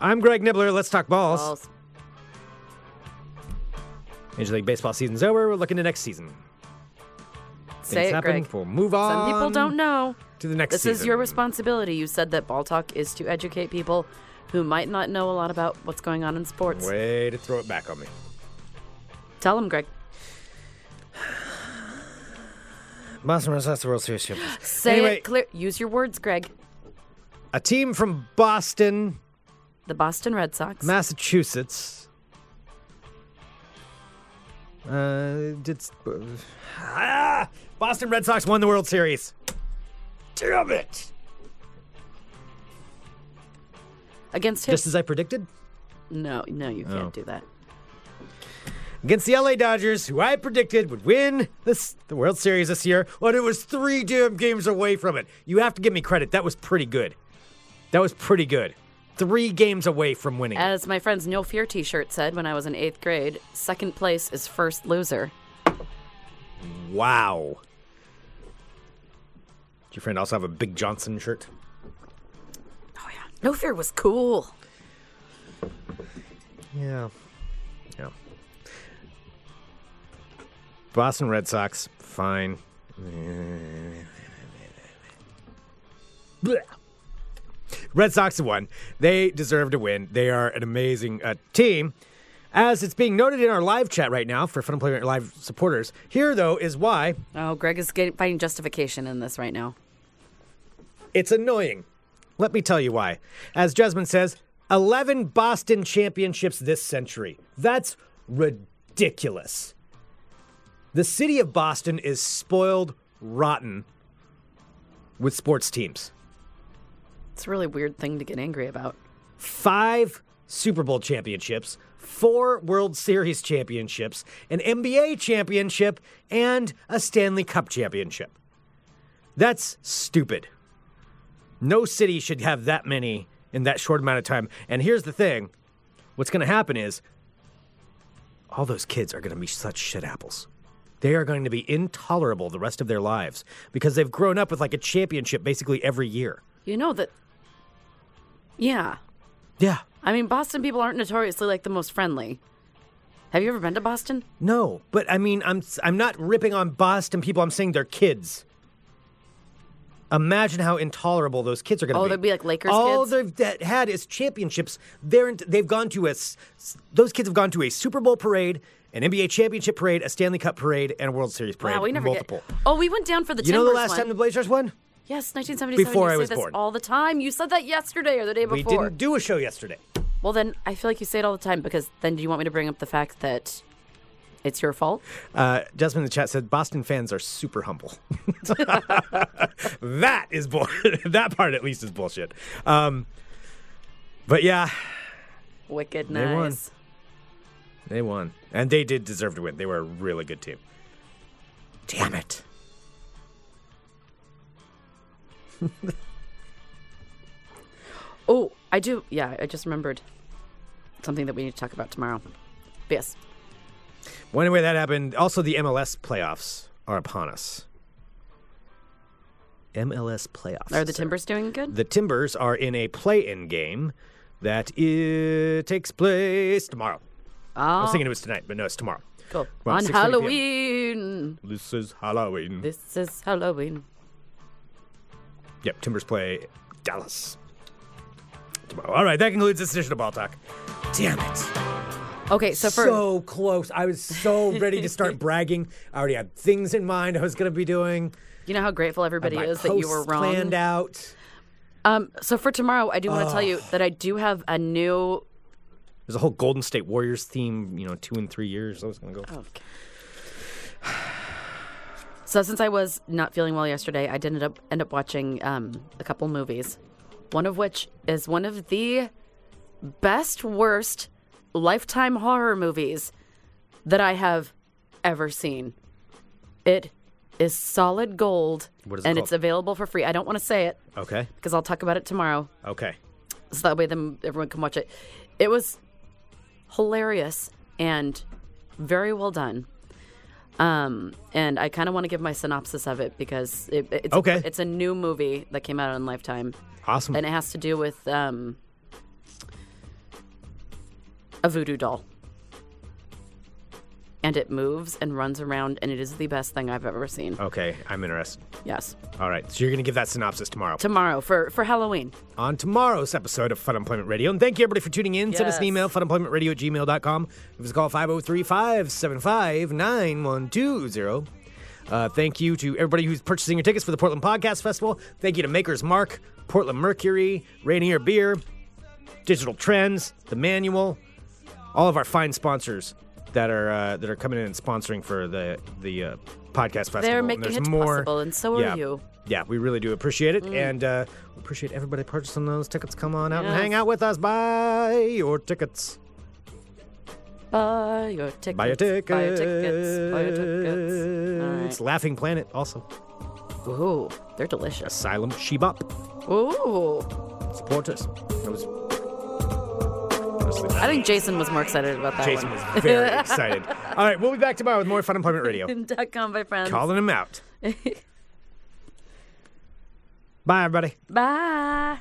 Speaker 5: I'm Greg Nibbler. Let's talk balls.
Speaker 6: Balls.
Speaker 5: Major League Baseball season's over. We're looking to next season.
Speaker 6: Say
Speaker 5: Things
Speaker 6: it,
Speaker 5: happen.
Speaker 6: Greg.
Speaker 5: We'll move on.
Speaker 6: Some people don't know.
Speaker 5: To the next
Speaker 6: This
Speaker 5: season.
Speaker 6: is your responsibility. You said that Ball Talk is to educate people who might not know a lot about what's going on in sports. Tell 'em,
Speaker 5: Way to throw it back on me.
Speaker 6: Tell them, Greg.
Speaker 5: Boston Red Sox World Series champions.
Speaker 6: Say
Speaker 5: Anyway.
Speaker 6: it clear. Use your words, Greg.
Speaker 5: A team from Boston,
Speaker 6: The Boston Red Sox.
Speaker 5: Massachusetts. Uh, did ah, Boston Red Sox won the World Series? Damn it!
Speaker 6: against who?
Speaker 5: Just as I predicted,
Speaker 6: no, no, you can't
Speaker 5: Oh.
Speaker 6: do that.
Speaker 5: against the LA Dodgers, who I predicted would win this the World Series this year, but it was three damn games away from it. You have to give me credit. That was pretty good. That was pretty good. Three games away from winning.
Speaker 6: As my friend's No Fear t shirt said when I was in eighth grade, second place is first loser.
Speaker 5: Wow. Did your friend also have a Big Johnson shirt?
Speaker 6: Oh, yeah. No Fear was cool.
Speaker 5: Yeah. Yeah. Boston Red Sox, fine. Blech. Red Sox have won. They deserve to win. They are an amazing uh, team. As it's being noted in our live chat right now for Fun Employment Live supporters, here though is why
Speaker 6: Oh, Greg is getting, finding justification in this right now.
Speaker 5: It's annoying. Let me tell you why. As Jasmine says, 11 Boston championships this century. That's ridiculous. The city of Boston is spoiled rotten with sports teams.
Speaker 6: It's a really weird thing to get angry about.
Speaker 5: Five Super Bowl championships, four World Series championships, an NBA championship, and a Stanley Cup championship. That's stupid. No city should have that many in that short amount of time. And here's the thing what's going to happen is all those kids are going to be such shit apples. They are going to be intolerable the rest of their lives because they've grown up with like a championship basically every year.
Speaker 6: You know that. Yeah.
Speaker 5: Yeah.
Speaker 6: I mean, Boston people aren't notoriously like the most friendly. Have you ever been to Boston?
Speaker 5: No, but I mean, I'm I'm not ripping on Boston people. I'm saying they're kids. Imagine how intolerable those kids are going to
Speaker 6: Oh,
Speaker 5: be.
Speaker 6: they'd be like Lakers
Speaker 5: All
Speaker 6: kids?
Speaker 5: they've that had is championships. They're in, they've gone to a s- s- those kids have gone to a Super Bowl parade, an NBA championship parade, a Stanley Cup parade, and a World Series parade.
Speaker 6: Wow, we never
Speaker 5: multiple.
Speaker 6: get. Oh, we went down for the
Speaker 5: You know
Speaker 6: Timbers
Speaker 5: the last
Speaker 6: one.
Speaker 5: time the Blazers won?
Speaker 6: Yes, 1977.
Speaker 5: Before
Speaker 6: you
Speaker 5: I
Speaker 6: say
Speaker 5: was
Speaker 6: this
Speaker 5: born.
Speaker 6: all the time. You said that yesterday or the day before.
Speaker 5: We didn't do a show yesterday.
Speaker 6: Well, then I feel like you say it all the time because then do you want me to bring up the fact that it's your fault?
Speaker 5: Uh, Jasmine in the chat said Boston fans are super humble. that is bull. that part at least is bullshit. Um, but yeah,
Speaker 6: Wicked
Speaker 5: They won.
Speaker 6: nice.
Speaker 5: They won. And they did deserve to win. They were a really good team. Damn it.
Speaker 6: Oh, I do. Yeah, I just remembered something that we need to talk about tomorrow. But yes.
Speaker 5: Well, anyway, that happened. Also, the MLS playoffs are upon us. MLS playoffs.
Speaker 6: Are the
Speaker 5: Sarah.
Speaker 6: Timbers doing good?
Speaker 5: The Timbers are in a play in game that i- takes place tomorrow. I was
Speaker 6: Oh,
Speaker 5: thinking it was tonight, but no, it's tomorrow.
Speaker 6: cool.
Speaker 5: Well,
Speaker 6: On
Speaker 5: 6:30 p.m.
Speaker 6: Halloween.
Speaker 5: This is Halloween.
Speaker 6: This is Halloween.
Speaker 5: Yep, Timbers play Dallas tomorrow. All right, that concludes this edition of Ball Talk. Damn it.
Speaker 6: Okay, so for
Speaker 5: so close. I was so ready to start bragging. I already had things in mind I was going to be doing.
Speaker 6: you know how grateful everybody
Speaker 5: My
Speaker 6: is that you
Speaker 5: posts
Speaker 6: were wrong.
Speaker 5: Planned out.
Speaker 6: Um, so for tomorrow, I do want to tell you that I do have a new.
Speaker 5: There's a whole Golden State Warriors theme. You know, two and three years. I was going to go.
Speaker 6: Okay. So since I was not feeling well yesterday, I did end up end up watching um, a couple movies, one of which is one of the best worst lifetime horror movies that I have ever seen. It is solid gold,
Speaker 5: What is it
Speaker 6: and
Speaker 5: called?
Speaker 6: it's available for free. I don't want to say it
Speaker 5: Okay.
Speaker 6: because I'll talk about it tomorrow.
Speaker 5: Okay.
Speaker 6: so that way then everyone can watch it. It was hilarious and very well done. Um, and I kind of want to give my synopsis of it because it, it's a,
Speaker 5: Okay.
Speaker 6: it's a new movie that came out on Lifetime,
Speaker 5: Awesome.
Speaker 6: and it has to do with um, a voodoo doll, and it moves and runs around, and it is the best thing I've ever seen.
Speaker 5: okay. I'm interested.
Speaker 6: Yes,
Speaker 5: All right. So you're going to give that synopsis tomorrow
Speaker 6: tomorrow for for Halloween.
Speaker 5: on tomorrow's episode of Fun Employment Radio. And thank you everybody for tuning in. Send us an
Speaker 6: Yes.
Speaker 5: email, funemploymentradio at gmail.com. Give us a call 503 575 9120. Uh, thank you to everybody who's purchasing your tickets for the Portland Podcast Festival. Thank you to Maker's Mark, Portland Mercury, Rainier Beer, Digital Trends, The Manual, all of our fine sponsors that are uh, that are coming in and sponsoring for the the uh, podcast festival.
Speaker 6: They're
Speaker 5: And
Speaker 6: making
Speaker 5: there's
Speaker 6: it
Speaker 5: more.
Speaker 6: possible, and so are
Speaker 5: yeah,
Speaker 6: you.
Speaker 5: Yeah, we really do appreciate
Speaker 6: Mm.
Speaker 5: it, and uh, we appreciate everybody purchasing those tickets. Come on out and
Speaker 6: Yes.
Speaker 5: hang out with us. Buy your tickets.
Speaker 6: Buy your tickets.
Speaker 5: Buy your tickets.
Speaker 6: Buy your tickets. Buy your tickets. All right.
Speaker 5: It's Laughing Planet also.
Speaker 6: Ooh, they're delicious.
Speaker 5: Asylum Shebop.
Speaker 6: Ooh.
Speaker 5: Support us. That was. honestly
Speaker 6: I think Jason was more excited about that
Speaker 5: Jason
Speaker 6: one.
Speaker 5: was very excited. All right, we'll be back tomorrow with more Fun Employment Radio.
Speaker 6: Dot com, my friends.
Speaker 5: Calling him out. Bye, everybody.
Speaker 6: Bye.